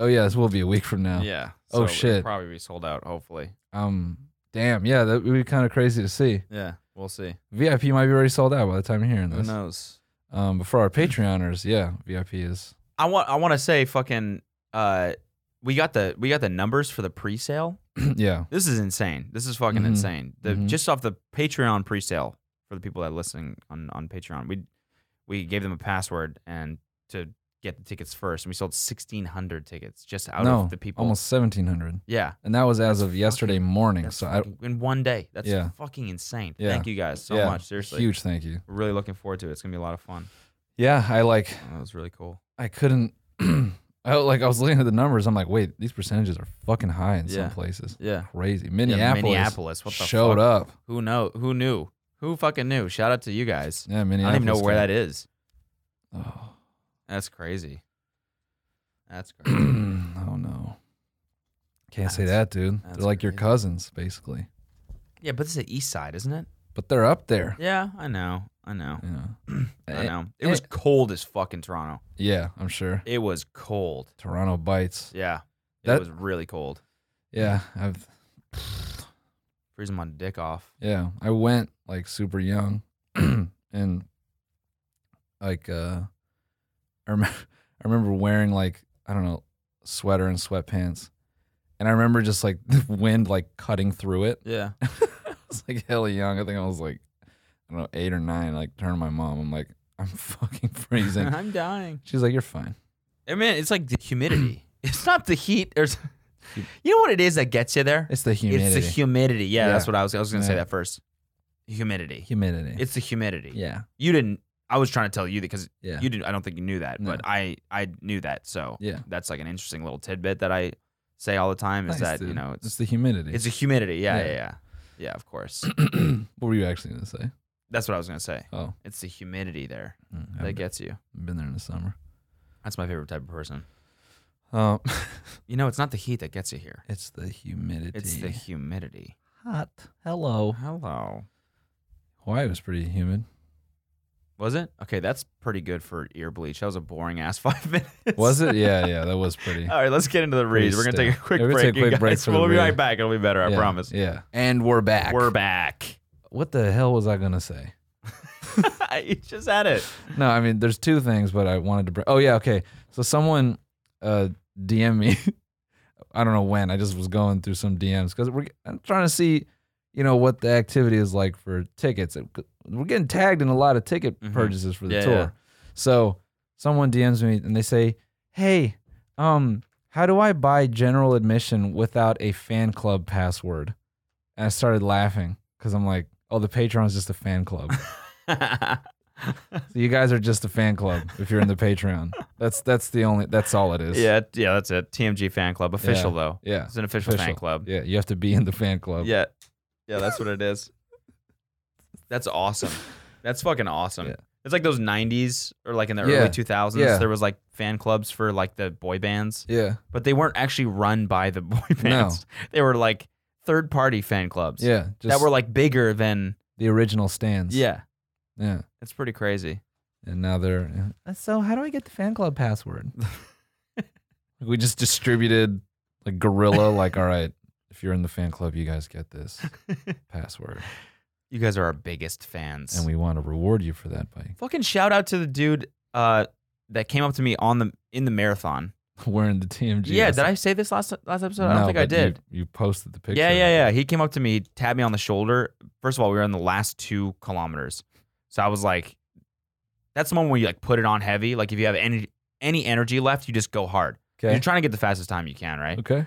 S1: Oh yeah, this will be a week from now.
S2: Yeah.
S1: Oh,
S2: So It'll
S1: shit.
S2: probably be sold out. Hopefully.
S1: Um damn, yeah, that would be kind of crazy to see.
S2: Yeah. We'll see.
S1: VIP might be already sold out by the time you're hearing
S2: Who
S1: this.
S2: knows?
S1: Um but for our Patreoners, yeah, VIP is
S2: I want. I want to say fucking. Uh, we got the we got the numbers for the pre-sale.
S1: yeah.
S2: This is insane. This is fucking
S1: Mhm.
S2: insane. The
S1: Mhm.
S2: just off the Patreon pre-sale for the people that are listening on on Patreon, we we gave them a password and to get the tickets first, and we sold sixteen hundred tickets just out
S1: no,
S2: of the people.
S1: almost 1700.
S2: yeah.
S1: And that was as of yesterday morning.
S2: That's
S1: So I,
S2: fucking- in one day, that's
S1: Yeah.
S2: fucking insane.
S1: Yeah.
S2: Thank you guys so
S1: yeah,
S2: much. Seriously,
S1: huge thank you.
S2: We're really looking forward to it. It's gonna be a lot of fun. Oh,
S1: Yeah, I like
S2: That was really cool.
S1: I couldn't. I like I was looking at the numbers. I'm like, wait, these percentages are fucking high in
S2: Yeah.
S1: some places.
S2: Yeah.
S1: Crazy.
S2: Yeah,
S1: Minneapolis,
S2: Minneapolis. What the
S1: showed
S2: fuck?
S1: up.
S2: Who know? Who knew? Who fucking knew? Shout out to you guys.
S1: Yeah,
S2: I
S1: Minneapolis.
S2: don't even know where that is.
S1: Oh.
S2: That's crazy. That's crazy.
S1: oh no, can't say
S2: That's-
S1: that, dude.
S2: that's
S1: They're like your
S2: crazy.
S1: cousins, basically,
S2: yeah, but this is the east side, isn't it?
S1: but they're up there.
S2: Yeah, I know. I know.
S1: You know.
S2: I
S1: Eh,
S2: know. It was cold as fuck in Toronto.
S1: Yeah, I'm sure.
S2: It was cold.
S1: Toronto bites.
S2: Yeah. It
S1: That-
S2: was really cold.
S1: Yeah, I've
S2: Freezing my dick off.
S1: Yeah, I went like super young, and like uh, I remember I remember wearing like I don't know sweater and sweatpants, and I remember just like the wind like cutting through it.
S2: Yeah.
S1: I was like hella young. I think I was like I don't know eight or nine. Like turned to my mom. I'm like I'm fucking freezing.
S2: I'm dying.
S1: She's like you're fine.
S2: I mean, it's like the humidity. it's not the heat. There's, you know what it is that gets you there?
S1: It's the humidity.
S2: It's the humidity. Yeah,
S1: Yeah.
S2: that's what I was. I was gonna say
S1: Yeah.
S2: that first. Humidity.
S1: humidity.
S2: It's the humidity.
S1: yeah,
S2: You didn't. I was trying to tell you because
S1: yeah,
S2: you didn't. I don't think you knew that,
S1: No.
S2: but I I knew that. So
S1: yeah.
S2: that's like an interesting little tidbit that I say all the time
S1: Nice,
S2: is that you
S1: dude.
S2: know
S1: it's
S2: it's
S1: the humidity.
S2: it's a humidity. Yeah, yeah,
S1: Yeah.
S2: yeah, yeah. of course.
S1: what were you actually gonna say?
S2: that's what I was gonna say.
S1: Oh,
S2: It's the humidity there
S1: mm,
S2: that
S1: I've
S2: gets you.
S1: been there in the summer.
S2: That's my favorite type of person. Oh.
S1: Um,
S2: You know, it's not the heat that gets you here.
S1: it's the humidity.
S2: It's the humidity.
S1: hot. Hello.
S2: Hello.
S1: Hawaii was pretty humid.
S2: Was it? Okay, that's pretty good for ear bleach. That was a boring ass five minutes.
S1: Was it? Yeah, yeah, that was pretty.
S2: All right, let's get into the reads. We're gonna take a quick
S1: Yeah, we're gonna
S2: break.
S1: take a
S2: you
S1: quick break
S2: guys.
S1: for the
S2: we'll be
S1: read.
S2: right back. It'll be better, I
S1: Yeah,
S2: promise.
S1: Yeah. And we're back.
S2: We're back.
S1: What the hell was I gonna say?
S2: you just had it.
S1: No, I mean, there's two things, but I wanted to. Br- oh yeah, okay. So someone uh, DM me. I don't know when. I just was going through some DMs because we're I'm trying to see, you know, what the activity is like for tickets. It- We're getting tagged in a lot of ticket
S2: Mhm.
S1: purchases for the
S2: Yeah,
S1: tour.
S2: yeah.
S1: So someone DMs me and they say, "Hey, um, how do I buy general admission without a fan club password?" And I started laughing because I'm like, "Oh, the Patreon's just a fan club." So you guys are just a fan club if you're in the Patreon. That's that's the only that's all it is.
S2: yeah, yeah, that's it. TMG fan club. Official though.
S1: Yeah.
S2: It's an official, fan
S1: Official.
S2: club.
S1: Yeah. You have to be in the fan club.
S2: Yeah. Yeah, that's what it is. That's awesome. That's fucking awesome.
S1: Yeah.
S2: It's like those 90s or like in the
S1: Yeah.
S2: early 2000s
S1: Yeah.
S2: there was like fan clubs for like the boy bands,
S1: Yeah.
S2: but they weren't actually run by the boy bands. They were like third party fan clubs
S1: Yeah. Just
S2: that were like bigger than
S1: the original stands.
S2: Yeah.
S1: Yeah.
S2: It's pretty crazy.
S1: And now they're Uh, so how do I get the fan club password? we just distributed like gorilla, like, all right, if you're in the fan club, you guys get this password.
S2: You guys are our biggest fans.
S1: And we want to reward you for that by
S2: fucking shout out to the dude uh, that came up to me on the in the marathon.
S1: wearing the TMG.
S2: yeah, did I say this last last episode? I
S1: No,
S2: don't think I
S1: but you-
S2: did.
S1: You, posted the picture.
S2: yeah, yeah, yeah. He came up to me, tapped me on the shoulder. First of all, we were in the last two kilometers, so I was like, "That's the moment where you like put it on heavy. Like if you have any any energy left, you just go hard.
S1: Okay.
S2: You're trying to get the fastest time you can, right?
S1: okay.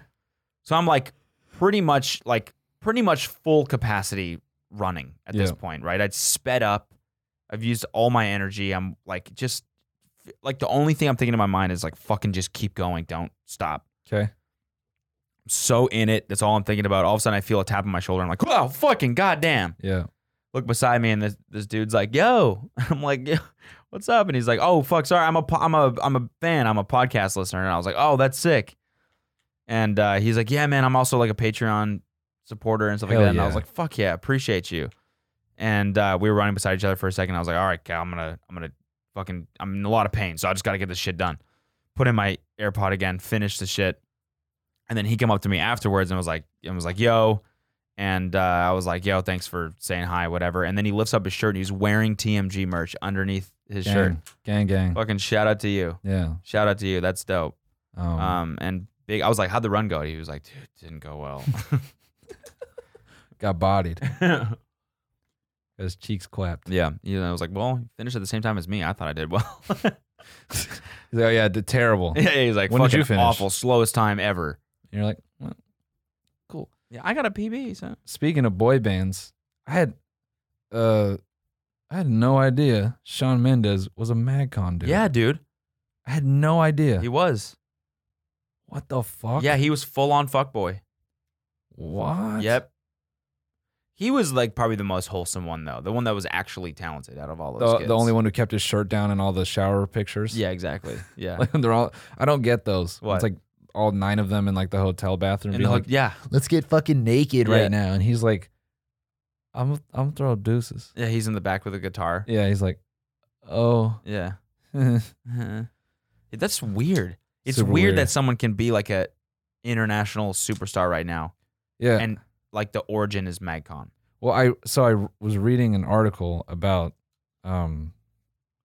S2: So I'm like pretty much like pretty much full capacity running at this
S1: Yeah.
S2: point, right? I'd sped up. I've used all my energy. I'm like just like the only thing I'm thinking in my mind is like fucking just keep going. Don't stop.
S1: Okay.
S2: I'm so in it. That's all I'm thinking about. All of a sudden I feel a tap on my shoulder. I'm like, wow, fucking "Oh, goddamn.
S1: Yeah.
S2: look beside me, and this this dude's like, "Yo," I'm like, "Yo, what's up?" And he's like, "Oh fuck, sorry, I'm a po- I'm a I'm a fan, I'm a podcast listener." And I was like, "Oh, that's sick." And uh, he's like, "Yeah, man, I'm also like a Patreon supporter and stuff like
S1: Hell
S2: that." And I was
S1: yeah.
S2: like, "Fuck yeah, appreciate you." And uh, we were running beside each other for a second. I was like, "All right, Cal, I'm gonna I'm gonna fucking I'm in a lot of pain, so I just gotta get this shit done." Put in my AirPod again, finish the shit, and then he came up to me afterwards and was like and was like yo and uh, i was like yo thanks for saying hi whatever and then he lifts up his shirt and he's wearing tmg merch underneath his shirt
S1: Gang, gang.
S2: fucking shout out to you
S1: Yeah.
S2: shout out to you that's dope
S1: Um,
S2: um and big i was like how'd the run go he was like dude didn't go well
S1: got bodied. Got His cheeks clapped.
S2: yeah you know i was like well you finished at the same time as me i thought i did well
S1: He's like, oh yeah, did terrible. and
S2: yeah he's like
S1: When did
S2: fucking
S1: you finish?
S2: awful slowest time ever
S1: you're like, well,
S2: cool yeah i got a pb so
S1: speaking of boy bands, I had, uh, I had no idea Sean Mendez was a MagCon dude.
S2: yeah dude
S1: I had no idea.
S2: he was
S1: what the fuck?
S2: yeah he was full on fuckboy
S1: What?
S2: Yep. He was like probably the most wholesome one though. The one that was actually talented out of all those
S1: The,
S2: kids.
S1: the only one who kept his shirt down in all the shower pictures.
S2: Yeah, exactly. Yeah.
S1: Like, they're all. I don't get those.
S2: What?
S1: It's like all nine of them in like the hotel bathroom.
S2: And
S1: being
S2: the-
S1: like,
S2: yeah.
S1: let's get fucking naked
S2: Yeah.
S1: right now. And he's like, I'm I'm throw deuces.
S2: Yeah, he's in the back with a guitar.
S1: Yeah, he's like, oh,
S2: Yeah.
S1: yeah,
S2: Uh-huh. That's weird. It's
S1: Super
S2: weird, that
S1: weird.
S2: someone can be like a international superstar right now
S1: And-
S2: and like the origin is MagCon.
S1: well, I so I was reading an article about um,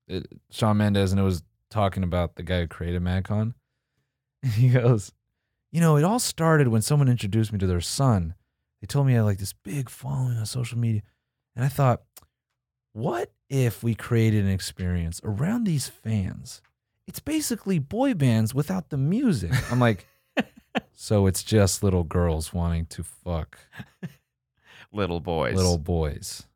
S1: it, Sean Mendez, and it was talking about the guy who created MadCon. And he goes, you know, it all started when someone introduced me to their son. They told me I had like this big following on social media, and I thought, what if we created an experience around these fans? It's basically boy bands without the music. I'm like, so it's just little girls wanting to fuck
S2: Little boys.
S1: little boys.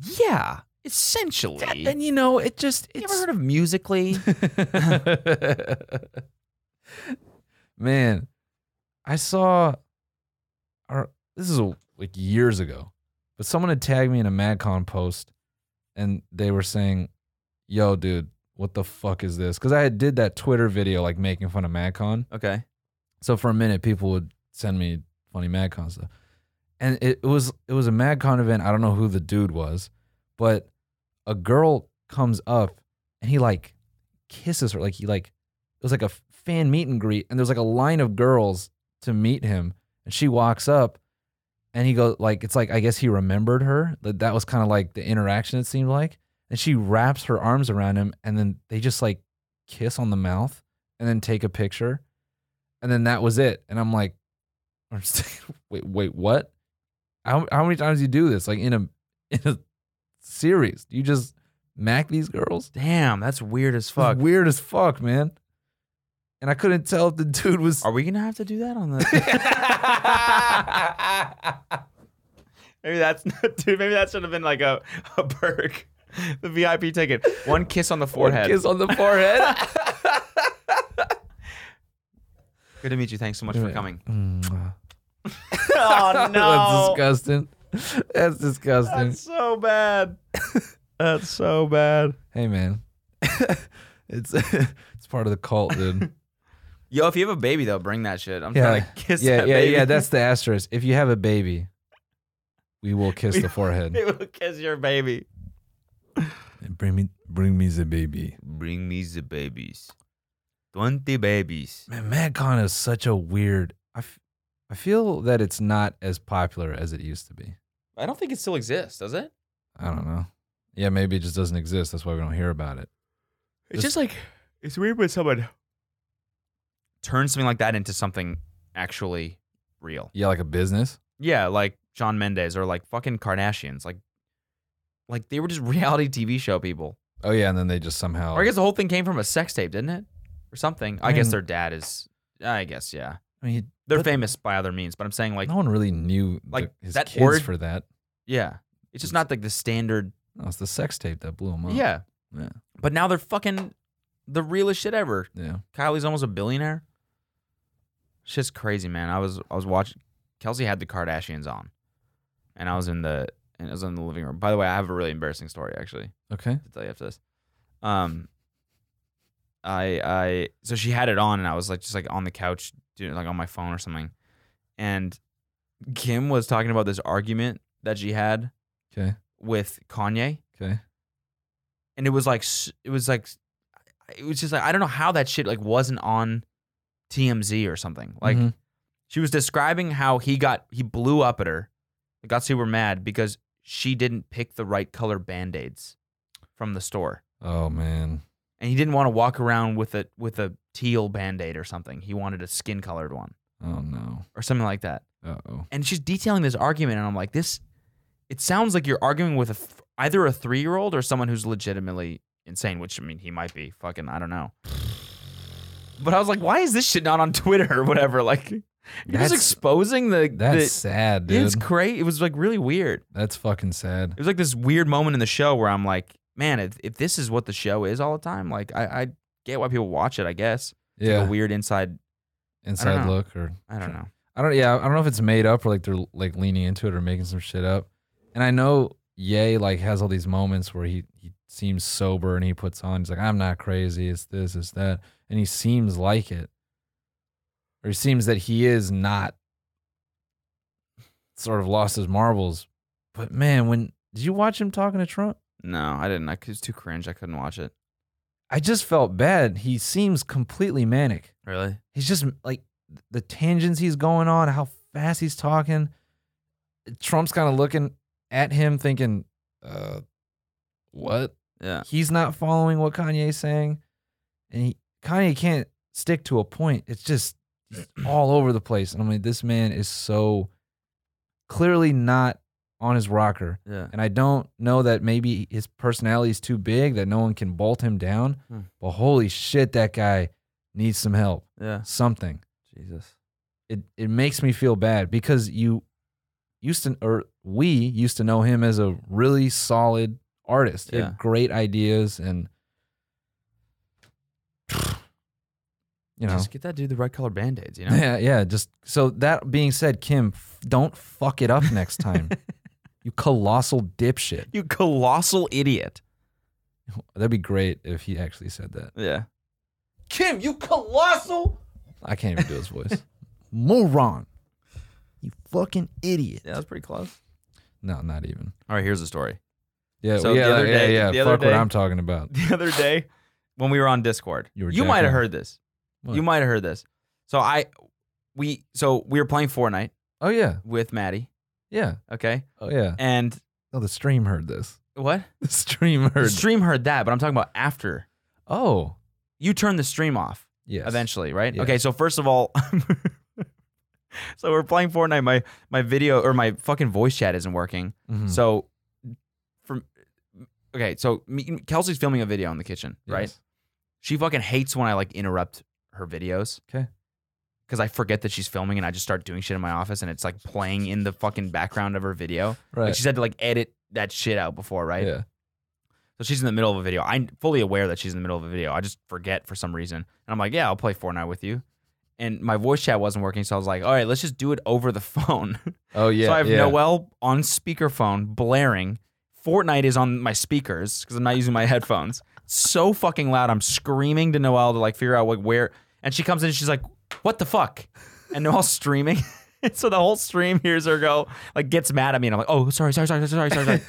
S2: Yeah. Essentially.
S1: And you know, it just
S2: you
S1: it's
S2: ever heard of musically?
S1: Man, I saw or this is a, like years ago, but someone had tagged me in a MadCon post and they were saying, "Yo, dude, what the fuck is this?" Cuz I had did that Twitter video like making fun of MadCon.
S2: okay.
S1: So for a minute, people would send me funny MadCon stuff, and it, it was it was a MadCon event. I don't know who the dude was, but a girl comes up and he like kisses her, like he like it was like a fan meet and greet, and there's like a line of girls to meet him, and she walks up, and he goes like it's like I guess he remembered her that that was kind of like the interaction it seemed like, and she wraps her arms around him, and then they just like kiss on the mouth, and then take a picture and then that was it. And I'm like, I'm just like, wait, wait, what? How how many times do you do this? Like in a in a series, you just mac these girls.
S2: Damn, that's weird as
S1: It's
S2: fuck.
S1: weird as fuck, man. And I couldn't tell if the dude was.
S2: Are we gonna have to do that on the? maybe that's dude. Maybe that should have been like a a perk, the VIP ticket. One kiss on the forehead.
S1: Kiss on the forehead.
S2: Good to meet you. Thanks so much for coming.
S1: Mwah.
S2: oh
S1: That's disgusting. That's disgusting.
S2: so bad. That's so bad.
S1: Hey, man. it's it's part of the cult, dude.
S2: Yo, if you have a baby though, bring that shit. I'm
S1: Yeah.
S2: trying to kiss
S1: yeah,
S2: that
S1: yeah,
S2: baby.
S1: yeah. That's the asterisk. If you have a baby, we will kiss the forehead.
S2: They will kiss your baby.
S1: Bring me, bring me the baby.
S2: Bring me the babies. Twenty babies.
S1: Man, MadCon is such a weird. I, f- I feel that it's not as popular as it used to be.
S2: I don't think it still exists, does it?
S1: I don't know. Yeah, maybe it just doesn't exist. That's why we don't hear about it.
S2: It's
S1: Just-
S2: just like it's weird when someone turns something like that into something actually real.
S1: Yeah, like a business.
S2: Yeah, like John Mendez or like fucking Kardashians. Like like they were just reality TV show people.
S1: Oh yeah, and then they just somehow.
S2: Or I guess the whole thing came from a sex tape, didn't it? Or something. I guess
S1: Mm.
S2: their dad is I guess, yeah.
S1: I mean,
S2: They're
S1: But-
S2: famous by other means, but I'm saying like
S1: no one really knew
S2: like,
S1: the, his
S2: that
S1: kids
S2: word-
S1: for that.
S2: yeah. It's just not like the standard
S1: No, it's the sex tape that blew him up.
S2: Yeah.
S1: Yeah.
S2: But now they're fucking the realest shit ever.
S1: yeah.
S2: Kylie's almost a billionaire. Shit's crazy, man. I was I was watching. Kelsey had the Kardashians on, and I was in the and I was in the living room. By the way, I have a really embarrassing story actually
S1: Okay.
S2: to tell you after this. Um, I I so she had it on and I was like just like on the couch doing like on my phone or something, and Kim was talking about this argument that she had
S1: Okay.
S2: with Kanye,
S1: Okay.
S2: and it was like s- it was like it was just like I don't know how that shit like wasn't on TMZ or something like.
S1: Mhm.
S2: She was describing how he got he blew up at her, got super mad because she didn't pick the right color band aids from the store,
S1: Oh man.
S2: and he didn't want to walk around with a with a teal band aid or something. He wanted a skin colored one
S1: Oh no.
S2: or something like that.
S1: Uh oh.
S2: And she's detailing this argument, and I'm like, this. It sounds like you're arguing with a th- either a three year old or someone who's legitimately insane. Which I mean, he might be fucking. I don't know. But I was like, why is this shit not on Twitter or whatever? Like, you're
S1: That's-
S2: just exposing the
S1: That's
S2: the,
S1: sad,
S2: yeah,
S1: dude.
S2: It's great. It was like really weird.
S1: That's fucking sad.
S2: It was like this weird moment in the show where I'm like, man, if, if this is what the show is all the time, like I, I get why people watch it. I guess it's like
S1: Yeah.
S2: a weird inside.
S1: Inside
S2: know.
S1: look or
S2: I don't know.
S1: I don't. Yeah, I don't know if it's made up or like they're like leaning into it or making some shit up. And I know Ye like has all these moments where he he seems sober and he puts on. He's like, I'm not crazy. It's this. It's that. And he seems like it, or he seems that he is not. Sort of lost his marbles, but man, when did you watch him talking to Trump?
S2: No, I didn't. I, it was too cringe. I couldn't watch it.
S1: I just felt bad. He seems completely manic.
S2: Really?
S1: he's just like the tangents he's going on, how fast he's talking. Trump's kind of looking at him, thinking, uh, "What?"
S2: Yeah.
S1: He's not following what Kanye's saying, and he, Kanye can't stick to a point. It's just he's all over the place. And I'm like, this man is so clearly not on his rocker.
S2: Yeah.
S1: And I don't know that maybe his personality is too big that no one can bolt him down.
S2: Hmm.
S1: But holy shit, that guy needs some help
S2: Yeah.
S1: something.
S2: Jesus.
S1: It it makes me feel bad because you used to or we used to know him as a really solid artist. He had
S2: Yeah.
S1: great ideas and you know.
S2: Just get that dude the right color band aids. You know.
S1: Yeah, yeah, just so that being said, Kim, f- don't fuck it up next time. you colossal dipshit.
S2: You colossal idiot.
S1: That'd be great if he actually said that.
S2: Yeah.
S3: Kim, you colossal
S1: I can't even do his voice. Moron. You fucking idiot.
S2: Yeah, that's pretty close.
S1: No, not even.
S2: All right. Here's the story.
S1: Yeah,
S2: So
S1: yeah,
S2: the other
S1: yeah,
S2: day-
S1: yeah.
S2: the other
S1: Fuck what
S2: day-
S1: I'm talking about.
S2: the other day when we were on Discord.
S1: You
S2: You,
S1: were
S2: might
S1: jacking
S2: have
S1: off.
S2: heard this.
S1: What?
S2: You might have heard this. So I we so we were playing Fortnite
S1: Oh yeah,
S2: with Maddie.
S1: yeah.
S2: Okay.
S1: Oh yeah.
S2: And
S1: Oh, the stream heard this.
S2: what?
S1: The stream
S2: The
S1: heard.
S2: stream heard that, but I'm talking about after.
S1: oh
S2: You turn the stream off
S1: yes.
S2: eventually, right?
S1: Yes.
S2: Okay, so first of all So we're playing Fortnite. My my video or my fucking voice chat isn't working.
S1: Mhm.
S2: So from okay, so me, Kelsey's filming a video in the kitchen,
S1: Yes.
S2: right? She fucking hates when I like interrupt her videos.
S1: 'Kay.
S2: Because I forget that she's filming and I just start doing shit in my office and it's like playing in the fucking background of her video.
S1: Right.
S2: Like she's had to like edit that shit out before, right?
S1: Yeah.
S2: So she's in the middle of a video. I'm fully aware that she's in the middle of a video. I just forget for some reason. And I'm like, yeah, I'll play Fortnite with you. And my voice chat wasn't working. So I was like, all right, let's just do it over the phone.
S1: Oh yeah.
S2: so I have
S1: yeah.
S2: Noel on speakerphone blaring. Fortnite is on my speakers because I'm not using my headphones. So fucking loud. I'm screaming to Noel to like figure out like where. And she comes in and she's like, what the fuck? And Noel's streaming. And so the whole stream hears her go, like gets mad at me. And I'm like, oh, sorry, sorry, sorry, sorry, sorry, sorry.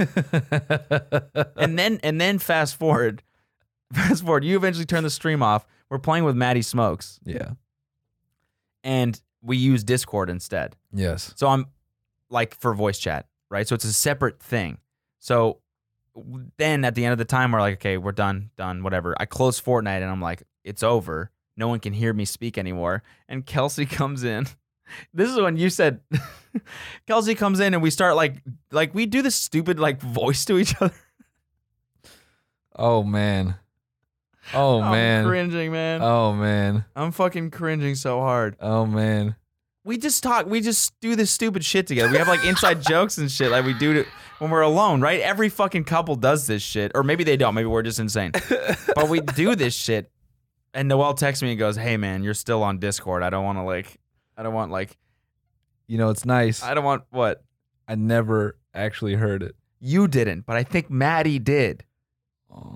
S2: and then and then fast forward. Fast forward, you eventually turn the stream off. We're playing with Maddie Smokes.
S1: Yeah.
S2: And we use Discord instead.
S1: Yes.
S2: So I'm like for voice chat, right? So it's a separate thing. So w- then at the end of the time, we're like, okay, we're done, done, whatever. I close Fortnite and I'm like, it's over. No one can hear me speak anymore. And Kelsey comes in. This is when you said Kelsey comes in and we start like like we do this stupid like voice to each other.
S1: Oh man. Oh
S2: I'm
S1: man.
S2: cringing, man.
S1: Oh man.
S2: I'm fucking cringing so hard.
S1: Oh man.
S2: we just talk we just do this stupid shit together we have like inside jokes and shit like we do to, when we're alone right every fucking couple does this shit or maybe they don't maybe we're just insane but we do this shit and noel texts me and goes hey man you're still on discord i don't want to like i don't want like
S1: You know it's nice. I,
S2: i don't want what
S1: never actually heard it.
S2: You didn't, but I think Maddie did.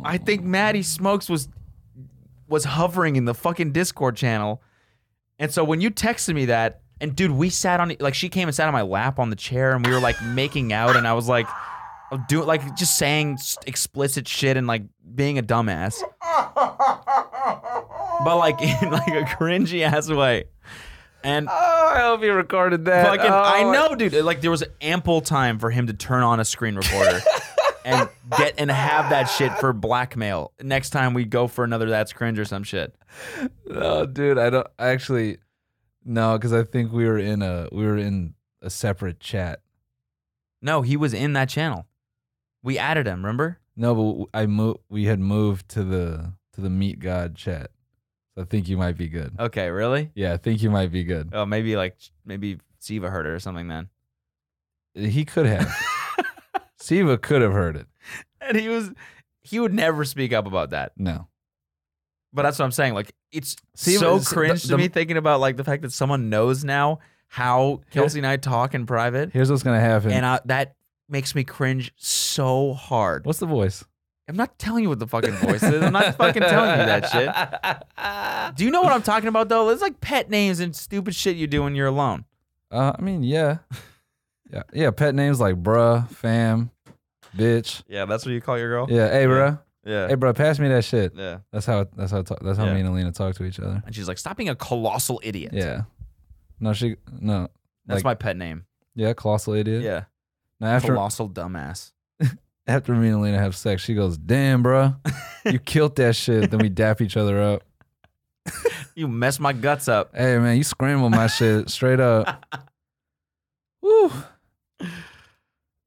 S2: I think Maddie Smokes was was hovering in the fucking Discord channel. And so when you texted me that, and dude, we sat on like she came and sat on my lap on the chair, and we were like making out, and I was like, do like just saying s- explicit shit and like being a dumbass, but like in like a cringy ass way. And
S1: Oh, I hope you recorded that.
S2: fucking,
S1: Oh,
S2: I know, dude. Like there was ample time for him to turn on a screen recorder and get and have that shit for blackmail. Next time we go for another that's cringe or some shit.
S1: No, Oh, dude, I don't I actually no, because I think we were in a we were in a separate chat.
S2: No, he was in that channel. We added him. Remember?
S1: No, but w- I moved. We had moved to the to the Meet God chat. So I think you might be good.
S2: Okay, really?
S1: Yeah, I think you might be good.
S2: Oh, maybe like maybe Siva heard it or something then. Oh.
S1: He could have. Siva could have heard it.
S2: And he was he would never speak up about that.
S1: No.
S2: But that's what I'm saying. Like it's
S1: Siva
S2: so
S1: is-
S2: cringe
S1: the-
S2: to
S1: the-
S2: me thinking about like the fact that someone knows now how Kelsey and I talk in private,
S1: Here's what's gonna happen.
S2: and I, that makes me cringe so hard.
S1: what's the voice?
S2: I'm not telling you what the fucking voice is. I'm not fucking telling you that shit. Do you know what I'm talking about though? It's like pet names and stupid shit you do when you're alone.
S1: Uh, I mean, yeah, yeah, yeah. Pet names like bruh, fam, bitch.
S2: Yeah, that's what you call your girl.
S1: Yeah, hey, bruh.
S2: Oh. Yeah.
S1: Hey, bruh, pass me that shit.
S2: Yeah.
S1: That's how. That's how. Talk, that's how
S2: Yeah.
S1: me and Alina talk to each other.
S2: And she's like, "Stop being a colossal idiot."
S1: Yeah. No, she. No.
S2: That's
S1: like-
S2: my pet name.
S1: Yeah, colossal idiot.
S2: Yeah.
S1: Now after
S2: colossal dumbass.
S1: after me and Alina have sex, she goes, "Damn, bruh, you killed that shit." Then we dap each other up.
S2: You messed my guts up.
S1: Hey, man, you scramble my shit straight up. Woo!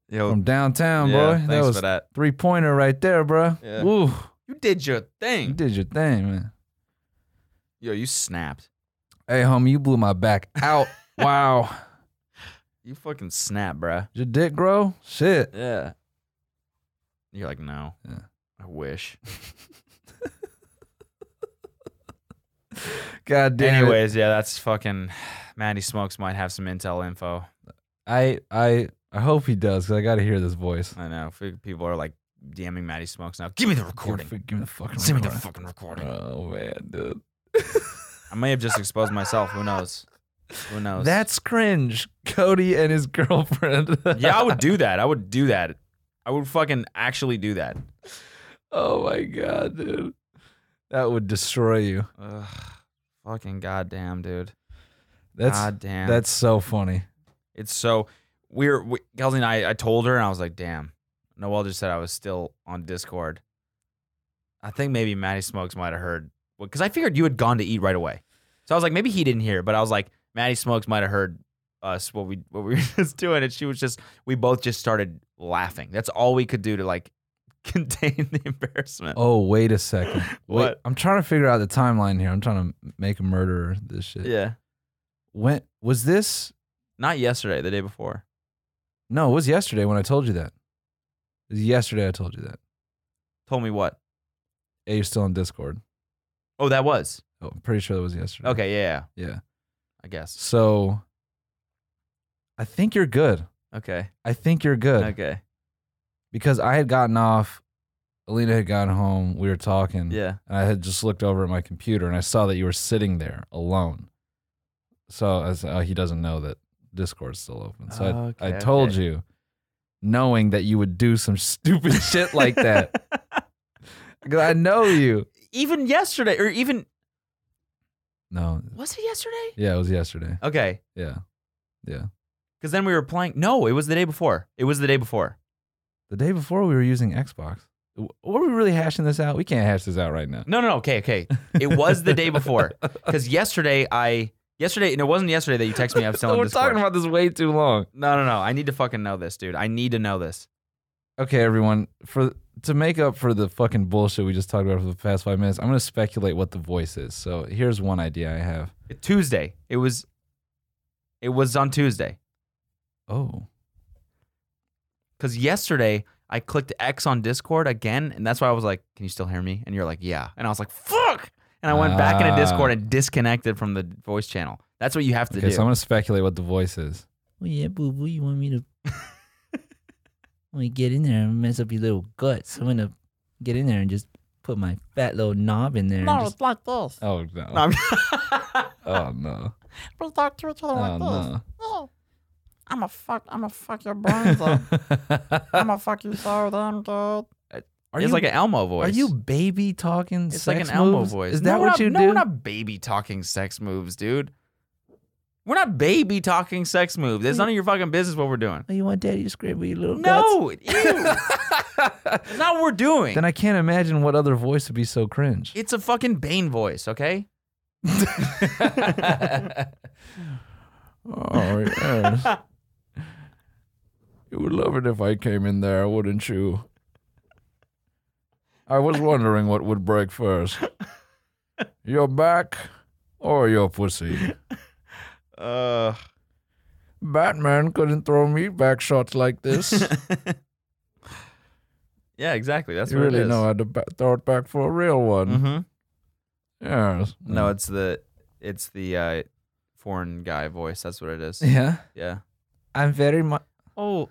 S2: Yo,
S1: From downtown,
S2: yeah,
S1: boy. That
S2: thanks
S1: was
S2: for that.
S1: three pointer right there, bruh.
S2: Yeah.
S1: Woo!
S2: You did your
S1: You
S2: thing.
S1: did your thing, man.
S2: Yo, you snapped.
S1: Hey, homie, you blew my back out. wow.
S2: You fucking snapped, bruh.
S1: Did your dick grow? Shit.
S2: Yeah. You're like, no.
S1: Yeah.
S2: I wish.
S1: God damn. it.
S2: Anyways, yeah, that's fucking. Maddie Smokes might have some intel info.
S1: I I I hope he does because I got to hear this voice.
S2: I know. F- People are like DMing Maddie Smokes now. Give me the recording.
S1: Give, give me the fucking.
S2: Send me the
S1: recording.
S2: fucking recording.
S1: Oh man, dude.
S2: I may have just exposed myself. Who knows? Who knows?
S1: That's cringe. Cody and his girlfriend.
S2: yeah, I would do that. I would do that. I would fucking actually do that.
S1: oh my god, dude. That would destroy you.
S2: Ugh, fucking goddamn, dude.
S1: That's
S2: goddamn.
S1: that's so funny.
S2: it's so we're we, Kelsey and I. I told her and I was like, damn. Noel just said I was still on Discord. I think maybe Maddie Smokes might have heard because I figured you had gone to eat right away. So I was like, maybe he didn't hear, but I was like, Maddie Smokes might have heard us what we what we were just doing, and she was just we both just started laughing. That's all we could do to like contain the embarrassment.
S1: Oh wait a second. Wait,
S2: What?
S1: I'm trying to figure out the timeline here. I'm trying to make a murderer. This shit.
S2: Yeah,
S1: When was this?
S2: not yesterday, the day before.
S1: No, it was yesterday when I told you that. It was yesterday I told you that.
S2: Told me what?
S1: Hey, you're still on Discord.
S2: Oh, that was
S1: Oh, I'm pretty sure that was yesterday.
S2: okay. Yeah, yeah,
S1: Mm. Yeah.
S2: I guess.
S1: So I think you're good.
S2: Okay.
S1: I think you're good.
S2: Okay.
S1: Because I had gotten off, Alina had gotten home, we were talking,
S2: Yeah.
S1: and I had just looked over at my computer and I saw that you were sitting there alone. So I was, oh, he doesn't know that Discord's still open. So I, I
S2: Okay,
S1: told
S2: okay.
S1: you, knowing that you would do some stupid shit like that. Because I know you.
S2: even yesterday, or even
S1: No.
S2: was it yesterday?
S1: Yeah, it was yesterday.
S2: Okay,
S1: Yeah. Yeah.
S2: because then we were playing. No, it was the day before. It was the day before.
S1: The day before we were using Xbox. W- Were we really hashing this out? We can't hash this out right now.
S2: No, no, no. Okay, okay. It was the day before because yesterday I yesterday and it wasn't yesterday that you texted me. I'm still on
S1: We're
S2: Discord.
S1: talking about this way too long.
S2: No, no, no. I need to fucking know this, dude. I need to know this.
S1: Okay, everyone, for to make up for the fucking bullshit we just talked about for the past five minutes, I'm gonna speculate what the voice is. So here's one idea I have.
S2: Tuesday. It was. It was on Tuesday
S1: Oh,
S2: because yesterday I clicked X on Discord again, and that's why I was like, "Can you still hear me?" And you're like, "Yeah," and I was like, "Fuck!" And I went back into
S1: Ah.
S2: Discord and disconnected from the voice channel. That's what you have to
S1: okay.
S2: do.
S4: Oh,
S1: So I'm gonna speculate what the voice is.
S4: Well, yeah, boo boo, you want me to Let me get in there and mess up your little guts. I'm gonna get in there and just put my fat little knob in there. and just,
S5: like this.
S1: Oh no.
S2: I'm-
S1: oh no.
S5: We talk to each other
S1: Oh
S5: like this.
S1: no.
S5: Oh. I'm a fuck. I'm a fuck your brains up. I'm a fuck you so damn good.
S1: Are
S2: it's like an Elmo voice.
S1: Are you baby talking?
S2: It's like
S1: sex
S2: an Elmo
S1: moves?
S2: voice.
S1: Is
S2: No,
S1: that
S2: we're
S1: what
S2: not-
S1: you
S2: no,
S1: do?
S2: We're not baby talking sex moves, dude. We're not baby talking sex moves. It's none of your fucking business what we're doing.
S4: oh, you want daddy to scrape with your little guts?
S2: No, ew. it's not what we're doing.
S1: then I can't imagine what other voice would be so cringe.
S2: it's a fucking Bane voice, okay?
S1: Oh yes. you would love it if I came in there, wouldn't you? I was wondering what would break first. Your back or your pussy?
S2: Uh,
S1: Batman couldn't throw me back shots like this.
S2: yeah, exactly. That's
S1: you
S2: what it
S1: really
S2: is.
S1: know how to ba- throw it back for a real one.
S2: Mhm.
S1: Yes. Mm.
S2: No, it's the it's the uh, foreign guy voice. That's what it is.
S1: Yeah.
S2: Yeah.
S1: I'm very much.
S2: Oh,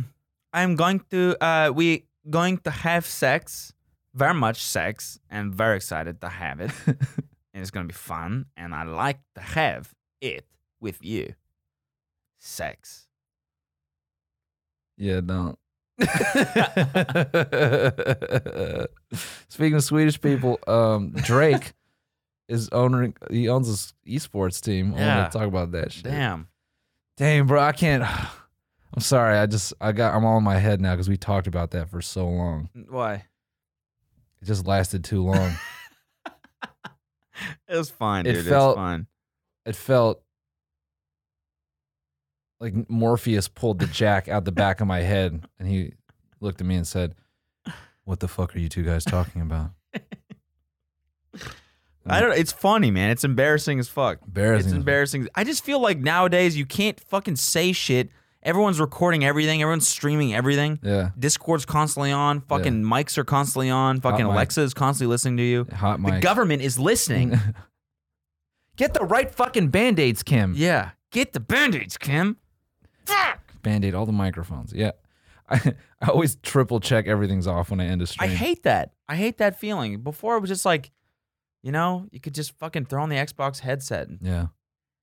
S2: I'm going to uh, we going to have sex, very much sex, and very excited to have it. and it's gonna be fun, and I like to have it with you. Sex.
S1: Yeah, don't. Speaking of Swedish people, um, Drake is owning. He owns his esports team. I
S2: Yeah.
S1: want to talk about that shit.
S2: Damn.
S1: Damn, bro, I can't. I'm sorry. I just I got. I'm all in my head now because we talked about that for so long.
S2: Why?
S1: It just lasted too long.
S2: It was fine,
S1: It
S2: dude.
S1: felt-
S2: It's fine.
S1: it felt like Morpheus pulled the jack out the back of my head and he looked at me and said, What the fuck are you two guys talking about? Mm.
S2: I don't. It's funny, man. It's embarrassing as fuck.
S1: Embarrassing.
S2: It's embarrassing. I just feel like nowadays you can't fucking say shit. Everyone's recording everything. Everyone's streaming everything.
S1: Yeah.
S2: Discord's constantly on. Fucking mics are constantly on. Fucking
S1: mic.
S2: Alexa is constantly listening to you.
S1: Hot mic.
S2: The government is listening.
S1: Get the right fucking band aids, Kim.
S2: yeah. Get the band-aids, Kim.
S1: Band aid all the microphones. Yeah. I, I always triple check everything's off when I end a
S2: I
S1: stream.
S2: hate that. I hate that feeling. Before it was just like, you know, you could just fucking throw on the Xbox headset. and-
S1: Yeah.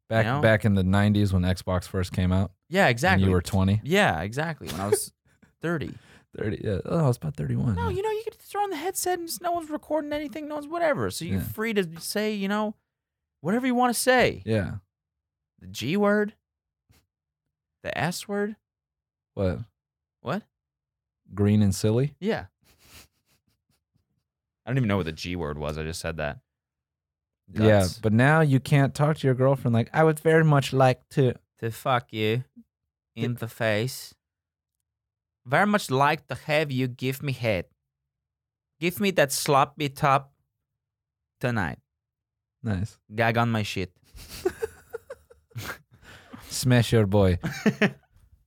S1: Back
S2: You know?
S1: back in the 90s when Xbox first came out.
S2: Yeah,
S1: and
S2: exactly.
S1: you were 20.
S2: yeah, exactly. When I was 30.
S1: 30. Yeah. Oh, I was about 31.
S2: No, you know, you could throw on the headset and just, no one's recording anything, no one's whatever. So you're
S1: Yeah.
S2: free to say, you know, whatever you want to say.
S1: yeah.
S2: The G word, the S word.
S1: What?
S2: What?
S1: Green and silly?
S2: Yeah. I don't even know what the G word was. I just said that. Guts.
S1: Yeah, but now you can't talk to your girlfriend like I would very much like to.
S2: To fuck you in the face. Very much like to have you give me head. Give me that sloppy top tonight.
S1: Nice.
S2: Gag on my shit.
S1: Smash your boy.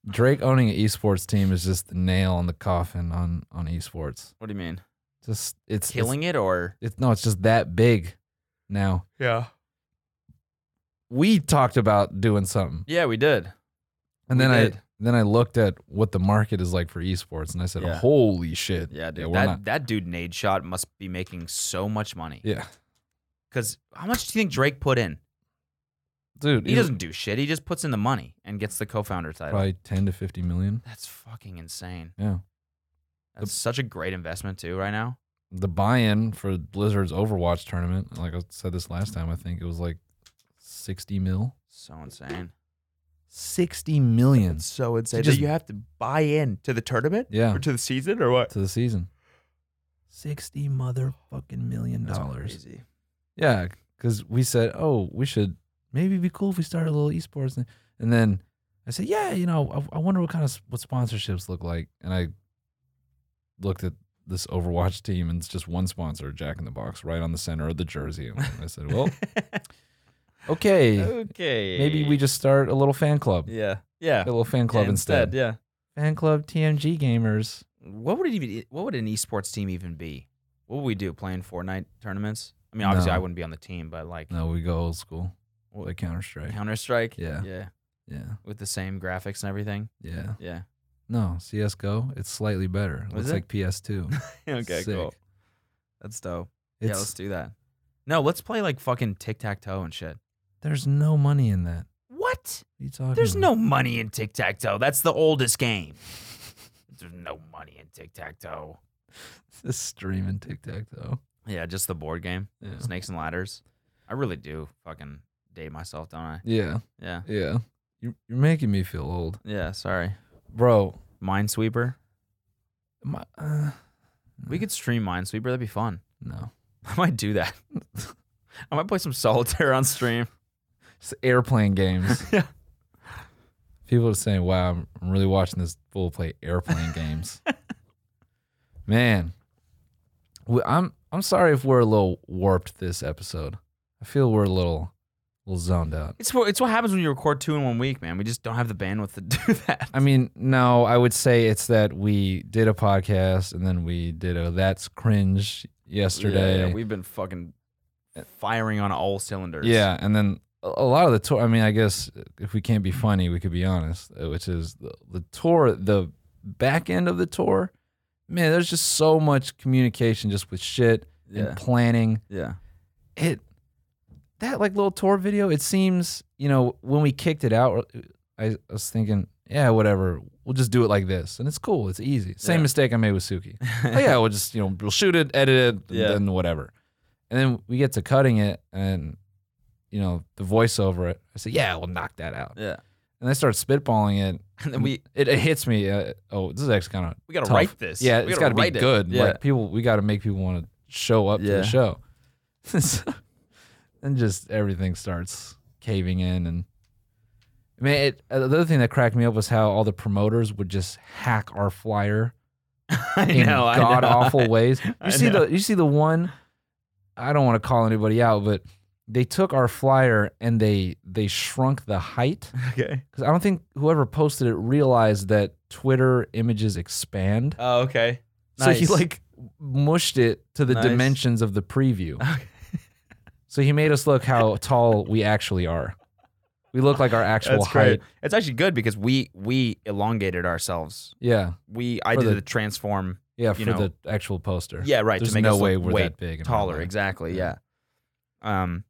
S1: Drake owning an esports team is just the nail on the coffin on on esports.
S2: What do you mean?
S1: Just it's it's-
S2: Killing it or?
S1: It's, no, it's just that big now.
S2: Yeah.
S1: We talked about doing something,
S2: Yeah, we did.
S1: and
S2: we
S1: then I
S2: did.
S1: then I looked at what the market is like for esports, and I said,
S2: Yeah.
S1: "Holy shit!"
S2: Yeah, dude.
S1: we're
S2: that
S1: not-
S2: that dude Nade Shot must be making so much money.
S1: yeah,
S2: Cause how much do you think Drake put in?
S1: dude,
S2: He
S1: it was
S2: doesn't do shit. He just puts in the money and gets the co-founder title.
S1: probably ten to fifty million.
S2: That's fucking insane.
S1: Yeah,
S2: That's such a great investment too right now.
S1: the buy-in for Blizzard's Overwatch tournament, like I said this last time, I think it was like sixty mil.
S2: So insane.
S1: Sixty million
S2: so insane.
S1: So just-
S2: you have to buy in to the tournament?
S1: Yeah.
S2: to the season or what?
S1: to the season.
S4: Sixty motherfucking million dollars.
S2: Crazy.
S1: Yeah, because we said, oh, we should maybe it'd be cool if we started a little esports, thing. and then I said, yeah, you know, I, I wonder what kind of s- what sponsorships look like, and I looked at this Overwatch team, and it's just one sponsor, Jack in the Box, right on the center of the jersey. And I said, well, okay,
S2: okay.
S1: maybe we just start a little fan club,
S2: Yeah. Yeah.
S1: a little fan club instead.
S2: Yeah.
S1: Fan club TMG gamers.
S2: What would it even? What would an esports team even be? What would we do? Playing Fortnite tournaments? I mean, obviously,
S1: No.
S2: I wouldn't be on the team, but like
S1: No, we go old school.
S2: Well-
S1: Like Counter Strike.
S2: Counter Strike.
S1: Yeah.
S2: yeah,
S1: Yeah.
S2: with the same graphics and everything.
S1: Yeah.
S2: Yeah,
S1: No, CS:GO. It's slightly better. Looks
S2: it?
S1: like PS2.
S2: okay,
S1: Sick.
S2: cool. That's dope. yeah, let's
S1: It's
S2: do that. No, let's play like fucking tic tac toe and shit.
S1: there's no money in that. What
S2: What?
S1: are you talking?
S2: There's
S1: about?
S2: no money in tic tac toe. That's the oldest game. There's no money in tic tac toe.
S1: This streaming tic tac toe.
S2: Yeah, just the board game,
S1: Yeah.
S2: snakes and ladders. I really do fucking date myself, don't I?
S1: Yeah,
S2: Yeah.
S1: yeah. You're, you're making me feel old,
S2: Yeah. Sorry.
S1: bro.
S2: Minesweeper.
S1: My, uh,
S2: We could stream Minesweeper. That'd be fun.
S1: no.
S2: I might do that. I might play some solitaire on stream.
S1: It's airplane games.
S2: Yeah.
S1: People are saying, "Wow, I'm I'm really watching this fool play airplane games." Man, we, I'm I'm sorry if we're a little warped this episode. I feel we're a little little zoned out.
S2: It's what, it's what happens when you record two in one week, man. We just don't have the bandwidth to do that.
S1: I mean, no, I would say it's that we did a podcast and then we did a that's cringe yesterday.
S2: Yeah, we've been fucking firing on all cylinders.
S1: Yeah, and then a a lot of the tour. I mean, I guess if we can't be funny, we could be honest, uh, which is the, the tour, the back end of the tour. Man, there's just so much communication just with shit
S2: Yeah.
S1: and planning.
S2: Yeah.
S1: It that like little tour video. It seems you know when we kicked it out, uh, I was thinking, yeah, whatever. We'll just do it like this, and it's cool. It's easy. Same
S2: Yeah.
S1: mistake I made with Suki oh yeah, we'll just you know we'll shoot it, edit it,
S2: Yeah.
S1: and then whatever. And then we get to cutting it, and you know the voiceover it. I say, yeah, we'll knock that out.
S2: Yeah.
S1: And I start spitballing it.
S2: And then we
S1: It, it hits me. Uh, oh, this is actually kind of
S2: we gotta
S1: Tough.
S2: write this.
S1: yeah.
S2: we
S1: It's got
S2: gotta
S1: to be
S2: write it.
S1: good.
S2: Yeah.
S1: Like people, we got to make people want to show up to
S2: Yeah.
S1: the show. So- and just everything starts caving in and. I mean, it, uh, the other thing that cracked me up was how all the promoters would just hack our flyer
S2: I
S1: in
S2: know. I know.
S1: god awful ways.
S2: I
S1: You see
S2: know.
S1: the you see the one. I don't want to call anybody out, but they took our flyer and they they shrunk the height
S2: Okay.
S1: because I don't think whoever posted it realized that Twitter images expand.
S2: Oh, okay.
S1: So he
S2: Nice.
S1: like mushed it to the
S2: Nice.
S1: dimensions of the preview.
S2: Okay.
S1: So he made us look how tall we actually are. We look like our actual
S2: That's
S1: height.
S2: great. It's actually good because we we elongated ourselves.
S1: Yeah,
S2: We I
S1: For
S2: did
S1: the-
S2: the, transform.
S1: yeah,
S2: You
S1: for
S2: know.
S1: the actual poster.
S2: Yeah, right.
S1: There's
S2: to make
S1: no
S2: us
S1: way
S2: look
S1: we're
S2: way
S1: that big. in real
S2: taller.
S1: life.
S2: Exactly. Yeah.
S1: Yeah.
S2: Um,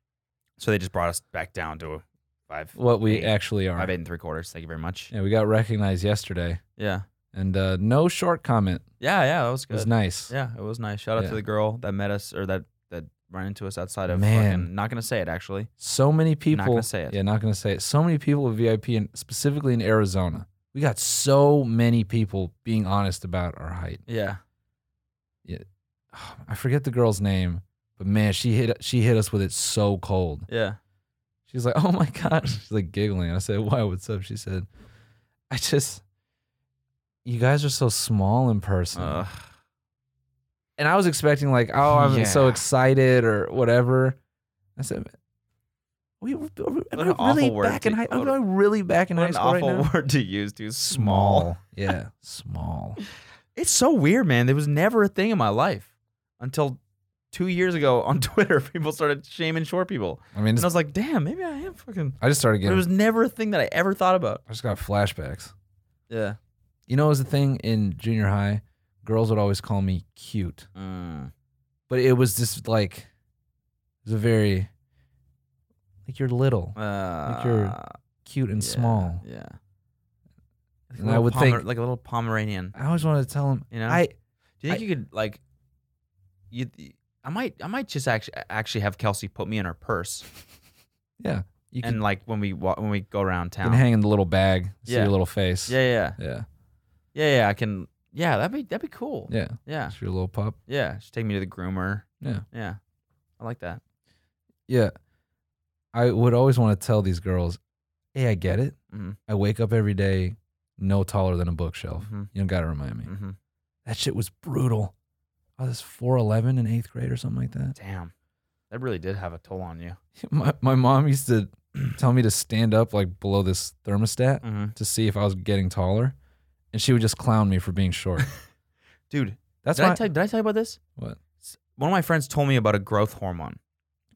S2: so they just brought us back down to a five
S1: What we
S2: Eight.
S1: actually are.
S2: five eight and three quarters. Thank you very much.
S1: Yeah, we got recognized yesterday,
S2: Yeah.
S1: and uh, no short comment.
S2: Yeah. Yeah. That was
S1: It was
S2: good.
S1: nice.
S2: Yeah, it was nice. Shout out
S1: Yeah.
S2: to the girl that met us or that that ran into us outside of
S1: Man.
S2: fucking. Not gonna say it actually.
S1: So many people.
S2: gonna say it.
S1: Yeah, not gonna say it. So many people with VIP, and specifically in Arizona, we got so many people being honest about our height.
S2: Yeah.
S1: I forget the girl's name, but man, she hit she hit us with it so cold.
S2: Yeah.
S1: She's like, "Oh my god!" She's like giggling. I said, "Why? What's up?" She said, "I just, you guys are so small in person."
S2: Ugh.
S1: and I was expecting like, oh, I'm
S2: Uh. Yeah.
S1: so excited or whatever. I said, we, we, we, am
S2: an
S1: I really
S2: awful word
S1: back in
S2: to-
S1: high. Am
S2: what
S1: I really back in
S2: what
S1: high
S2: an
S1: school right
S2: awful
S1: now?
S2: word to use, dude. Small.
S1: yeah, small.
S2: It's so weird, man. There was never a thing in my life until two years ago on Twitter. People started shaming short people,
S1: I mean,
S2: and I
S1: it's,
S2: was like, damn, maybe I am fucking.
S1: I just started
S2: But it
S1: getting.
S2: was never a thing that I ever thought about.
S1: I just got flashbacks.
S2: Yeah.
S1: You know, it was the thing in junior high. Girls would always call me cute,
S2: Mm.
S1: but it was just like, it was a very, like you're little,
S2: Uh,
S1: you're cute and
S2: yeah,
S1: small.
S2: Yeah. Like a
S1: And I
S2: little
S1: would think-
S2: like a little Pomeranian.
S1: I always wanted to tell them,
S2: You know.
S1: I
S2: Do you think
S1: I-
S2: you could like you I might I might just actually actually have Kelsey put me in her purse
S1: yeah, you can,
S2: and like when we wa- when we go around
S1: you can
S2: town.
S1: hang in the little bag, see
S2: Yeah.
S1: your little face.
S2: yeah, yeah.
S1: Yeah.
S2: Yeah, yeah, I can Yeah, that'd be that'd be cool.
S1: Yeah.
S2: Yeah.
S1: It's your little pup.
S2: Yeah, just take me to the groomer.
S1: Yeah.
S2: Yeah. I like that.
S1: Yeah. I would always want to tell these girls, hey, I get it.
S2: Mhm.
S1: I wake up every day no taller than a bookshelf.
S2: Mhm.
S1: You don't got to remind me.
S2: Mhm.
S1: That shit was brutal. I was 4'11 in eighth grade or something like that.
S2: Damn. That really did have a toll on you.
S1: My, my mom used to tell me to stand up like below this thermostat
S2: Mhm.
S1: to see if I was getting taller. And she would just clown me for being short.
S2: Dude,
S1: That's
S2: did,
S1: why.
S2: I tell, did I tell you about this?
S1: What?
S2: S- One of my friends told me about a growth hormone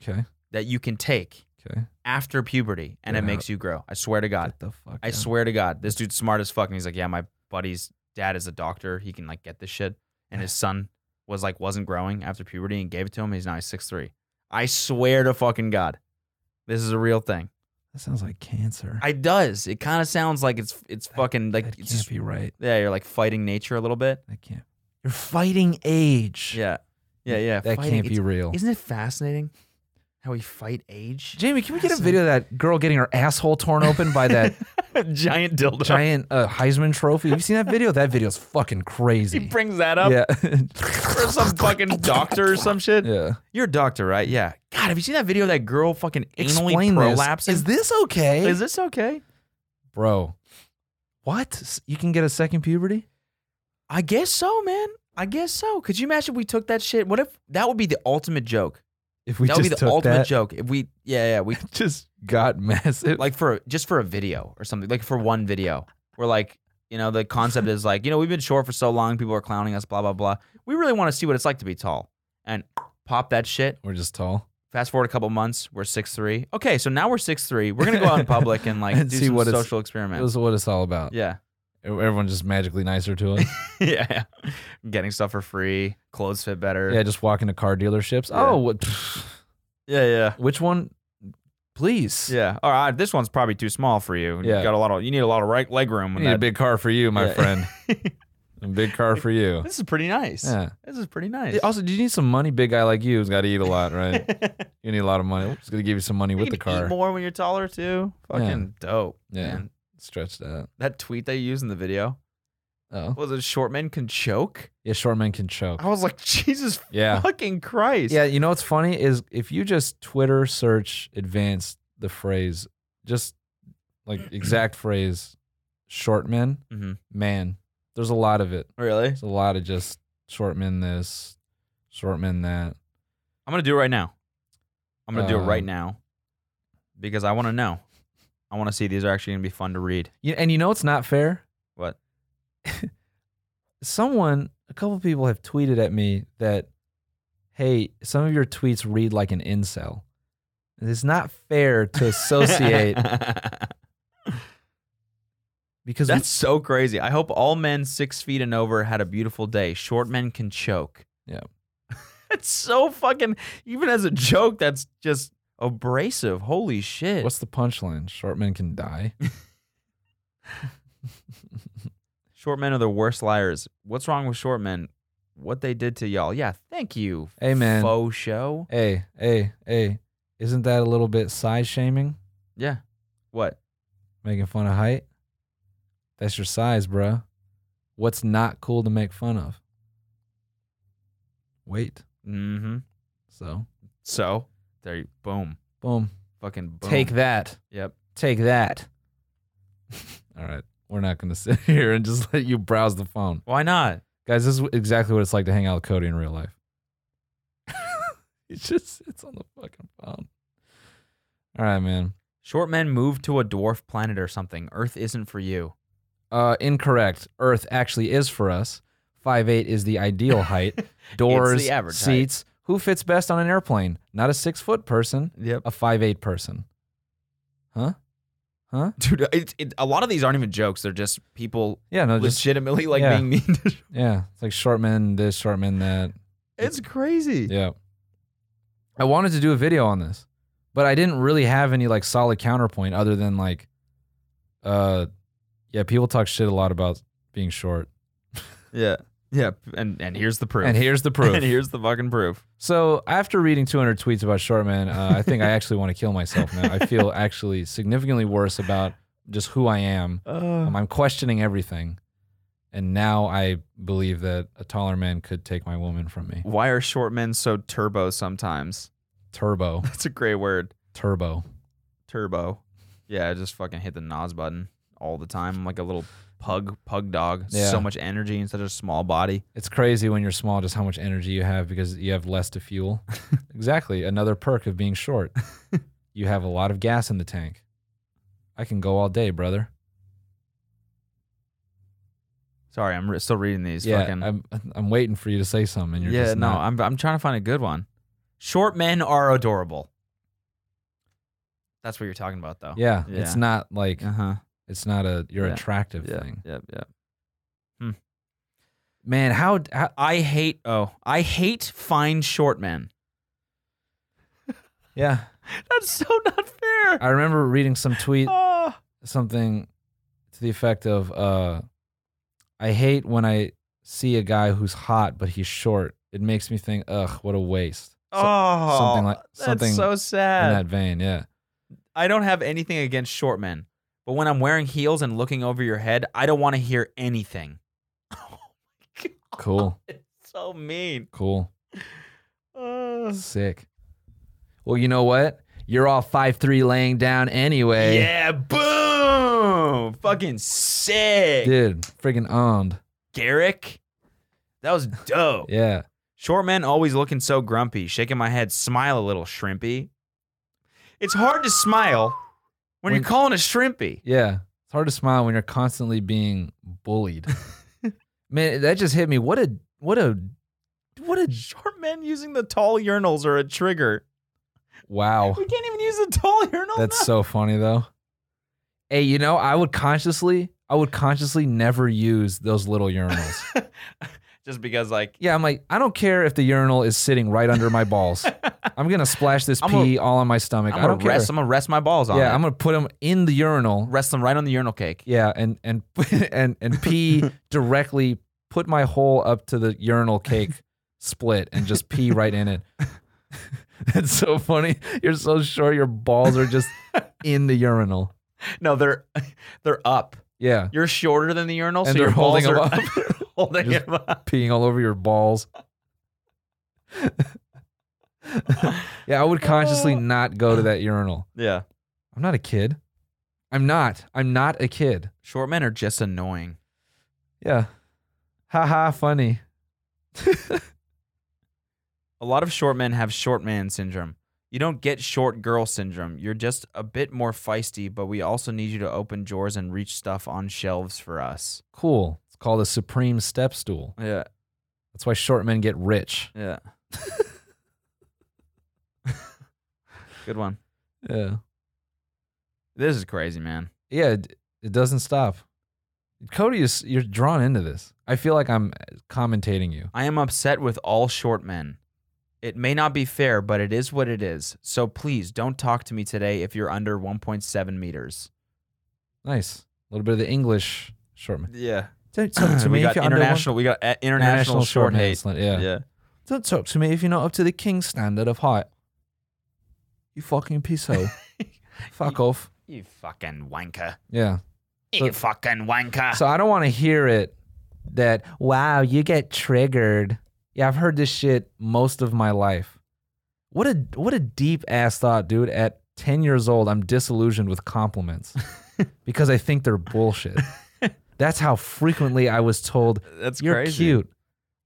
S1: okay.
S2: that you can take
S1: Okay.
S2: after puberty and it
S1: Yeah.
S2: makes you grow. I swear to God.
S1: Get the fuck
S2: I
S1: out.
S2: swear to God, this dude's smart as fuck. And he's like, yeah, my buddy's dad is a doctor. He can like get this shit. And his son was like wasn't growing after puberty and gave it to him. He's now he's six three. I swear to fucking god, this is a real thing.
S1: That sounds like cancer.
S2: It does. It kind of sounds like it's it's fucking like
S1: that can't
S2: it's just,
S1: be right.
S2: yeah. You're like fighting nature a little bit.
S1: That can't. You're fighting age.
S2: Yeah, yeah, yeah.
S1: That
S2: fighting,
S1: can't
S2: it's-
S1: be real.
S2: Isn't it fascinating how we fight age?
S1: Jamie, can we get a video of that girl getting her asshole torn open by that
S2: Giant dildo.
S1: giant uh, Heisman trophy? You've seen that video? That video's fucking
S2: He
S1: crazy.
S2: brings that up
S1: Yeah.
S2: for some fucking doctor or some shit.
S1: yeah.
S2: You're a doctor, right? Yeah. God, have you seen that video of that girl fucking anally
S1: Explain this.
S2: prolapsing?
S1: Is this okay?
S2: Is this okay?
S1: Bro. What? S- You can get a second puberty?
S2: I guess so, man. I guess so. Could you imagine if we took that shit? What if that would be the ultimate joke?
S1: If we
S2: that would
S1: just
S2: be the
S1: took
S2: ultimate
S1: that,
S2: joke. If we, yeah, yeah, we
S1: just got massive.
S2: like for just for a video or something, like for one video. We're like, you know, the concept is like, you know, we've been short for so long, people are clowning us, blah blah blah. We really want to see what it's like to be tall and pop that shit.
S1: We're just tall.
S2: Fast forward a couple months, we're six three. Okay, so now we're six three. We're gonna go out in public and like
S1: And
S2: do
S1: see
S2: some
S1: what it's-
S2: social experiment.
S1: This is what it's all about.
S2: yeah,
S1: Everyone's just magically nicer to us.
S2: yeah, getting stuff for free, clothes fit better.
S1: yeah, just walk into car dealerships.
S2: Yeah.
S1: Oh, what, pff,
S2: yeah, yeah.
S1: which one? Please.
S2: Yeah. All right. This one's probably too small for you. You
S1: Yeah.
S2: got a lot of. You need a lot of right leg room.
S1: I
S2: When
S1: need a
S2: that,
S1: big car for you, my
S2: Yeah.
S1: friend. a big car for you.
S2: this is pretty nice.
S1: Yeah.
S2: This is pretty nice.
S1: Also, do you need some money? Big guy like you who's got to eat a lot, right? you need a lot of money. We're just gonna give you some money
S2: You
S1: with the
S2: can
S1: car.
S2: Eat more when you're taller too. Fucking dope.
S1: Yeah.
S2: Man.
S1: Stretch that.
S2: That tweet they used in the video
S1: Oh,
S2: was it short men can choke.
S1: yeah. Short men can choke.
S2: I was like, Jesus
S1: Yeah.
S2: fucking Christ.
S1: Yeah, you know what's funny is if you just Twitter search advanced the phrase, just like exact phrase, short men,
S2: Mhm.
S1: man, there's a lot of it.
S2: Really?
S1: There's a lot of just short men this, short men that.
S2: I'm gonna do it right now. I'm gonna do it right
S1: Um,
S2: now because I want to know. I want to see these are actually gonna be fun to read.
S1: Yeah, and you know it's not fair?
S2: What?
S1: Someone, a couple people have tweeted at me that, hey, some of your tweets read like an incel. And It's not fair to associate because we-
S2: That's so crazy. I hope all men six feet and over had a beautiful day. Short men can choke.
S1: Yeah.
S2: that's so fucking. Even as a joke, that's just abrasive. Holy shit.
S1: What's the punchline? Short men can die.
S2: short men are the worst liars. What's wrong with short men? What they did to y'all? Yeah, thank you.
S1: Hey, man.
S2: Faux show.
S1: hey, hey, hey. Isn't that a little bit size shaming?
S2: Yeah. What?
S1: Making fun of height? That's your size, bruh. What's not cool to make fun of? Weight.
S2: Mm-hmm.
S1: So,
S2: So there. You, boom.
S1: boom.
S2: Fucking boom.
S1: Take that.
S2: Yep.
S1: Take that. All right. We're not going to sit here and just let you browse the phone.
S2: Why not?
S1: Guys, this is exactly what it's like to hang out with Cody in real life. he just sits on the fucking phone. All right, man.
S2: Short men move to a dwarf planet or something. Earth isn't for you.
S1: Uh, incorrect. Earth actually is for us. Five eight is the ideal height. Doors,
S2: It's the average height.
S1: seats. Who fits best on an airplane? Not a six foot person,
S2: Yep.
S1: a five eight person. Huh? Huh?
S2: dude it, it, a lot of these aren't even jokes they're just people
S1: Yeah, no, just
S2: legitimately like
S1: yeah.
S2: being mean to
S1: yeah. It's like short men this, short men that.
S2: it's crazy
S1: Yeah. I wanted to do a video on this, but I didn't really have any like solid counterpoint other than like, uh, yeah, people talk shit a lot about being short,
S2: yeah yeah and and here's the proof
S1: and here's the proof.
S2: and here's the fucking proof
S1: So after reading 200 tweets about short men, uh, I think I actually want to kill myself now. I feel actually significantly worse about just who I am. Um, I'm questioning everything, and now I believe that a taller man could take my woman from me.
S2: why are short men so turbo sometimes
S1: Turbo,
S2: that's a great word
S1: turbo.
S2: turbo yeah I just fucking hit the nos button all the time I'm like a little pug pug dog
S1: Yeah.
S2: so much energy in such a small body
S1: It's crazy when you're small just how much energy you have because you have less to fuel. exactly, another perk of being short. you have a lot of gas in the tank. I can go all day, brother.
S2: sorry I'm re- still reading these
S1: yeah,
S2: fucking
S1: I'm I'm waiting for you to say something. And you're
S2: yeah
S1: just
S2: no
S1: not.
S2: I'm, I'm trying to find a good one short men are adorable that's what you're talking about though
S1: Yeah,
S2: Yeah.
S1: it's not like
S2: uh-huh
S1: it's not a you're
S2: Yeah.
S1: attractive
S2: yeah,
S1: thing.
S2: Yep, yep.
S1: Man, how, how
S2: I hate. Oh, I hate fine short men.
S1: yeah.
S2: That's so not fair.
S1: I remember reading some tweet
S2: Oh.
S1: something to the effect of uh I hate when I see a guy who's hot but he's short. It makes me think, ugh, what a waste. So-
S2: oh,
S1: something like- something
S2: that's so
S1: in
S2: sad.
S1: that vein, yeah.
S2: I don't have anything against short men, but when I'm wearing heels and looking over your head, I don't want to hear anything.
S1: Cool.
S2: It's so mean.
S1: Cool.
S2: Ugh.
S1: Sick. Well, you know what? You're all five three laying down anyway.
S2: Yeah, boom! Fucking sick,
S1: Dude, freaking owned.
S2: Garrick. That was dope.
S1: Yeah.
S2: Short men always looking so grumpy, shaking my head, smile a little, shrimpy. It's hard to smile when,
S1: When-
S2: you're calling a shrimpy.
S1: Yeah. It's hard to smile when you're constantly being bullied. Man, that just hit me. What a what a
S2: What a short men using the tall urinals are a trigger.
S1: wow.
S2: We can't even use the tall urinal.
S1: That's
S2: now.
S1: so funny though. Hey, you know, I would consciously, I would consciously never use those little urinals.
S2: just because like
S1: yeah, I'm like, I don't care if the urinal is sitting right under my balls. I'm gonna splash this
S2: I'm gonna-
S1: pee all on Oh my stomach.
S2: I'm
S1: I
S2: gonna
S1: don't care.
S2: rest. I'm gonna rest my balls on.
S1: yeah,
S2: it.
S1: I'm gonna put them in the urinal.
S2: rest them right on the urinal cake.
S1: Yeah, and and and and pee directly. Put my hole up to the urinal cake split and just pee right in it. That's so funny. You're so short. Your balls are just in the urinal.
S2: No, they're they're up.
S1: Yeah,
S2: You're shorter than the urinal,
S1: And
S2: so
S1: they're
S2: your balls
S1: holding
S2: are
S1: 'em
S2: up. holding
S1: Just-
S2: them up.
S1: peeing all over your balls. yeah, I would consciously not go to that urinal.
S2: Yeah,
S1: I'm not a kid. I'm not. I'm not a kid.
S2: short men are just annoying.
S1: Yeah. Ha ha, funny.
S2: A lot of short men have short man syndrome. You don't get short girl syndrome. You're just a bit more feisty, but we also need you to open drawers and reach stuff on shelves for us.
S1: Cool. It's called a supreme step stool.
S2: Yeah,
S1: That's why short men get rich.
S2: yeah. Good one.
S1: Yeah.
S2: This is crazy, man.
S1: Yeah, it, it doesn't stop. Cody is you're drawn into this. I feel like I'm commentating you.
S2: I am upset with all short men. It may not be fair, but it is what it is. So please don't talk to me today if you're under 1.7 meters.
S1: Nice. A little bit of the English short man.
S2: Yeah.
S1: Don't talk
S2: we got international. We got uh, international, short,
S1: man
S2: hate.
S1: slant,
S2: Yeah.
S1: Don't talk to me if you're not up to the king's standard of height. You fucking pisshole. Fuck off.
S2: You fucking wanker.
S1: Yeah.
S2: you fucking wanker.
S1: So I don't want to hear it that, wow, you get triggered. Yeah, I've heard this shit most of my life. What a what a deep ass thought, dude. At 10 years old, I'm disillusioned with compliments because I think they're bullshit. That's how frequently I was told,
S2: That's
S1: you're
S2: crazy.
S1: cute.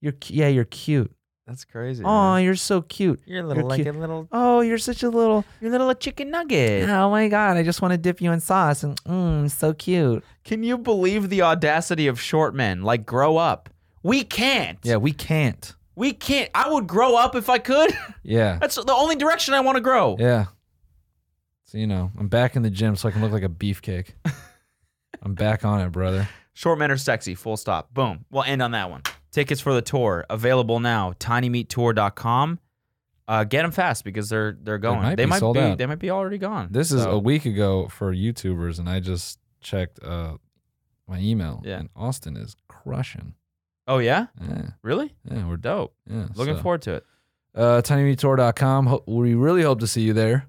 S1: You're cu- yeah, you're cute.
S2: That's crazy.
S1: Oh,
S2: man.
S1: you're so cute.
S2: you're a
S1: little- like
S2: a little,
S1: Oh, you're such a little
S2: you're a little chicken nugget.
S1: Oh my god, I just want to dip you in sauce and mmm, so cute.
S2: Can you believe the audacity of short men? Like, grow up. We can't.
S1: Yeah, we can't.
S2: We can't. I would grow up if I could.
S1: Yeah.
S2: That's the only direction I want to grow.
S1: Yeah. So you know, I'm back in the gym so I can look like a beefcake. I'm back on it, brother.
S2: Short men are sexy. Full stop. Boom. We'll end on that one. Tickets for the tour available now. Tinymeattour.com. Uh, get them fast because they're they're going.
S1: might
S2: they
S1: be
S2: might
S1: sold
S2: be
S1: out.
S2: they might be already gone.
S1: This is
S2: So,
S1: a week ago for YouTubers and I just checked uh my email
S2: Yeah.
S1: and Austin is crushing.
S2: oh yeah,
S1: Yeah,
S2: really
S1: yeah, we're done.
S2: dope.
S1: Yeah,
S2: Looking
S1: so.
S2: forward to it.
S1: Uh, tinymeattour.com. Ho- we really hope to see you there.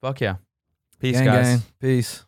S2: Fuck yeah. Peace,
S1: Gang,
S2: guys.
S1: gang. Peace.